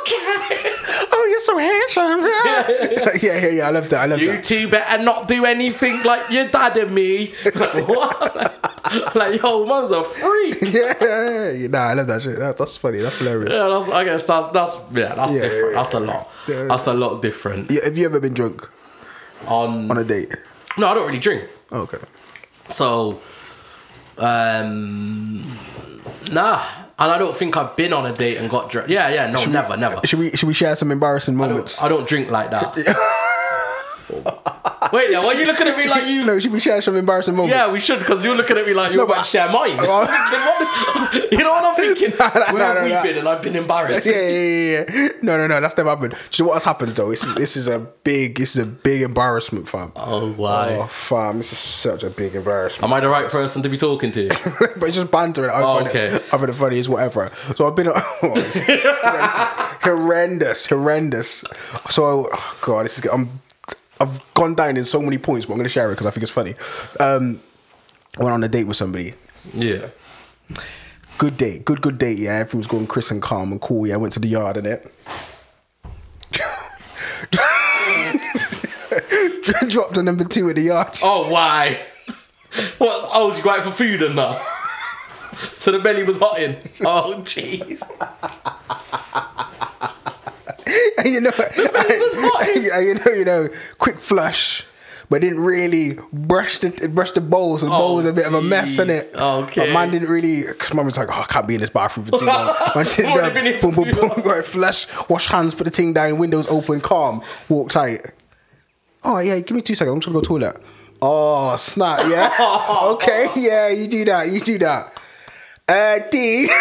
S1: okay.
S2: oh, you're so *laughs* handsome. Yeah. yeah, yeah, yeah. I love that. I love
S1: You
S2: that.
S1: two better not do anything like your dad and me. *laughs* Like, what? *laughs* like, yo, mum's a freak.
S2: Yeah, *laughs* yeah, yeah. Nah, I love that shit. That, that's funny. That's hilarious.
S1: Yeah, that's, I guess that's, that's yeah, that's
S2: Yeah,
S1: different.
S2: yeah,
S1: that's a lot.
S2: yeah.
S1: That's a lot different.
S2: Yeah, have you ever been drunk
S1: On
S2: on a date?
S1: no, I don't really drink.
S2: Oh, okay.
S1: So, um, nah. And I don't think I've been on a date and got drunk. Yeah, yeah, no, never, never.
S2: Should we should we share some embarrassing
S1: I
S2: moments?
S1: don't, I don't drink like
S2: *laughs*
S1: that. Wait, now, why are you looking at me like
S2: *laughs*
S1: you?
S2: no, should we share some embarrassing moments? *laughs*
S1: Yeah, we should, because you're looking at me like you're
S2: but-
S1: about to share
S2: *laughs*
S1: mine.
S2: Oh.
S1: I'm thinking, what- *laughs* you know what I'm thinking?
S2: *laughs* No, no,
S1: Where
S2: no,
S1: have
S2: no,
S1: we
S2: no.
S1: been? And I've been embarrassed.
S2: *laughs* Yeah, yeah, yeah, yeah. No, no, no. That's never happened. Do you know what has happened though? This is this is a big this is a big embarrassment, fam.
S1: Oh, wow.
S2: Oh, fam, this is such a big embarrassment.
S1: Am I the right person to be talking to?
S2: *laughs* but it's just banter. I
S1: Oh,
S2: find
S1: okay.
S2: it. I find it funny. It's whatever. So I've been *laughs* oh, it's horrendous, horrendous. So oh God, this is. I'm. I've gone down in so many points, but I'm going to share it because I think it's funny. Um, I went on a date with somebody.
S1: yeah.
S2: Good date, good good date. Yeah, everything was going crisp and calm and cool. Yeah, I went to the yard and it. *laughs* Dropped a number two in the yard.
S1: Oh, why? What? Oh, did you go out for food and that? So the belly was hot in. Oh, jeez.
S2: and *laughs* you know,
S1: was hot.
S2: *laughs* and you know, you know, quick flush, but didn't really brush the brush the bowls. So the bowl was a bit of a mess,
S1: Oh, jeez. Oh,
S2: innit?
S1: Okay.
S2: But man didn't really. Cause mum was like, oh, I can't be in this bathroom for
S1: *laughs*
S2: too long. Man sitting there,
S1: Already been here
S2: boom,
S1: for
S2: boom,
S1: too
S2: boom,
S1: long.
S2: right, flush, wash hands, put the thing down, windows open, calm, walked out. Oh yeah, give me two seconds. I'm just gonna go toilet. Oh snap!
S1: *laughs*
S2: Yeah. okay. Yeah, you do that. You do that. Uh, D. *laughs*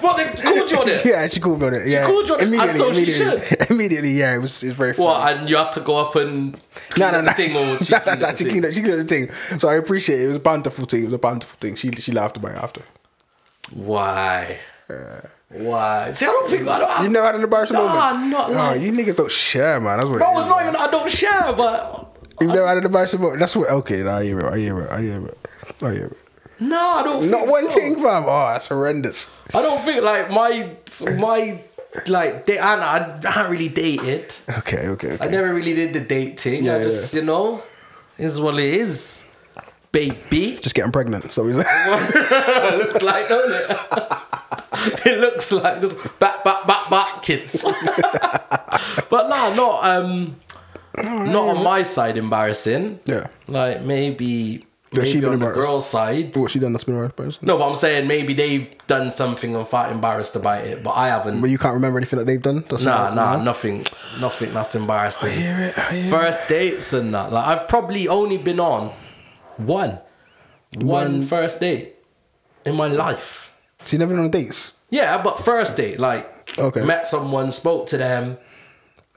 S1: What, they called you on it?
S2: *laughs* Yeah, she called me on it. Yeah,
S1: called you on it, and so she
S2: immediately, *laughs* immediately, yeah, it was it was very.
S1: What,
S2: funny.
S1: and you had to go up and
S2: No,
S1: clean
S2: no,
S1: up
S2: no.
S1: the thing or she
S2: *laughs* no, no,
S1: cleaned
S2: no,
S1: up the
S2: she
S1: thing?
S2: cleaned up, she cleaned up the thing. So I appreciate it. It was a banterful thing. It was a banterful thing. She she laughed about it after.
S1: Why? Why? See, I don't think I don't.
S2: You never had an embarrassing
S1: Nah,
S2: moment.
S1: not
S2: oh,
S1: like-
S2: you niggas don't share, man. That's what.
S1: Bro,
S2: it
S1: it's
S2: is,
S1: not
S2: man.
S1: even. I don't share, but
S2: You never had an embarrassing moment. That's what. Okay, nah, I hear it. I hear it. I hear it. I hear it.
S1: no, I don't.
S2: Not
S1: think
S2: one
S1: so.
S2: thing, fam. Oh, that's horrendous.
S1: I don't think like my my like date. I, I, I haven't really dated.
S2: Okay, okay, okay.
S1: I never really did the dating.
S2: Yeah,
S1: I just you know, is what it is, baby. *laughs*
S2: Just getting pregnant. So he's like,
S1: Looks like, don't it? *laughs* it looks like just back, back, back, back, kids. *laughs* but nah, not um, not on my side. Embarrassing.
S2: Yeah.
S1: Like maybe
S2: Yeah,
S1: maybe
S2: she been
S1: on the
S2: embarrassed.
S1: girl's side.
S2: What she done that's been alright, but
S1: No, but I'm saying maybe they've done something and felt embarrassed about it, but I haven't.
S2: but you can't remember anything that they've done. That's
S1: Nah,
S2: not-
S1: nah, nothing, nothing that's embarrassing.
S2: hear it, I hear
S1: *laughs*
S2: it.
S1: First dates and that. Like I've probably only been on one, one first date in my life.
S2: So you never been on dates.
S1: Yeah, but first date, like
S2: Okay.
S1: met someone, spoke to them.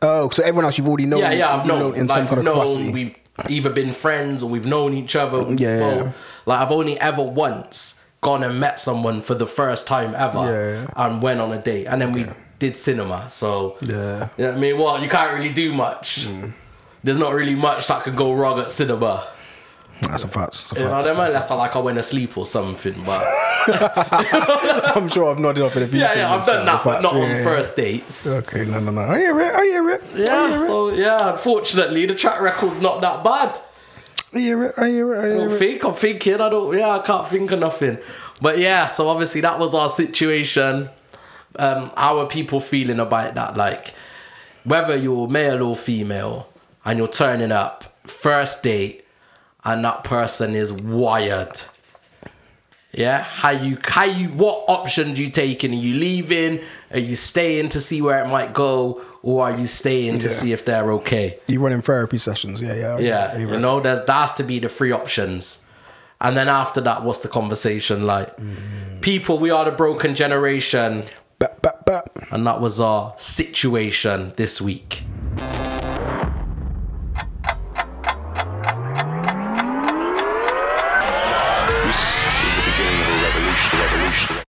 S2: Oh, so everyone else you've already known.
S1: Yeah, yeah, I've
S2: you've
S1: known,
S2: in
S1: like,
S2: some kind of
S1: known,
S2: capacity.
S1: We've either been friends or we've known each other. we
S2: Yeah, yeah,
S1: spoke.
S2: yeah.
S1: Like I've only ever once gone and met someone for the first time ever,
S2: Yeah, yeah.
S1: and went on a date, and then we did cinema. So
S2: Yeah. Mm.
S1: you know what I mean, well, you can't really do much. There's not really much that could go wrong at cinema.
S2: That's a fact. That's a
S1: You know,
S2: fact.
S1: them unless I like I went to sleep or something, but
S2: *laughs* I'm sure I've nodded off in a few.
S1: yeah, yeah, I've
S2: things, so
S1: done that,
S2: facts,
S1: but not
S2: yeah,
S1: on
S2: yeah.
S1: first dates.
S2: Okay, no, no, no. I hear it. I hear it. I
S1: Yeah,
S2: hear it.
S1: so yeah, unfortunately, the track record's not that bad.
S2: I hear it. I hear it. I
S1: I
S2: hear
S1: don't
S2: it.
S1: think I'm thinking. I don't. Yeah, I can't think of nothing. But yeah, so obviously that was our situation. Um, how are people feeling about that? Like, whether you're male or female, and you're turning up first date, and that person is wired. Yeah, how you how you what option do you taking? Are you leaving? Are you staying to see where it might go, or are you staying to
S2: Yeah.
S1: see if they're okay?
S2: You running therapy sessions? Yeah, yeah. I hear it,
S1: Yeah,
S2: I hear
S1: you
S2: it.
S1: know, there's that has to be the three options, and then after that, what's the conversation like? People, we are the broken generation,
S2: Bap, bap, bap.
S1: and that was our situation this week.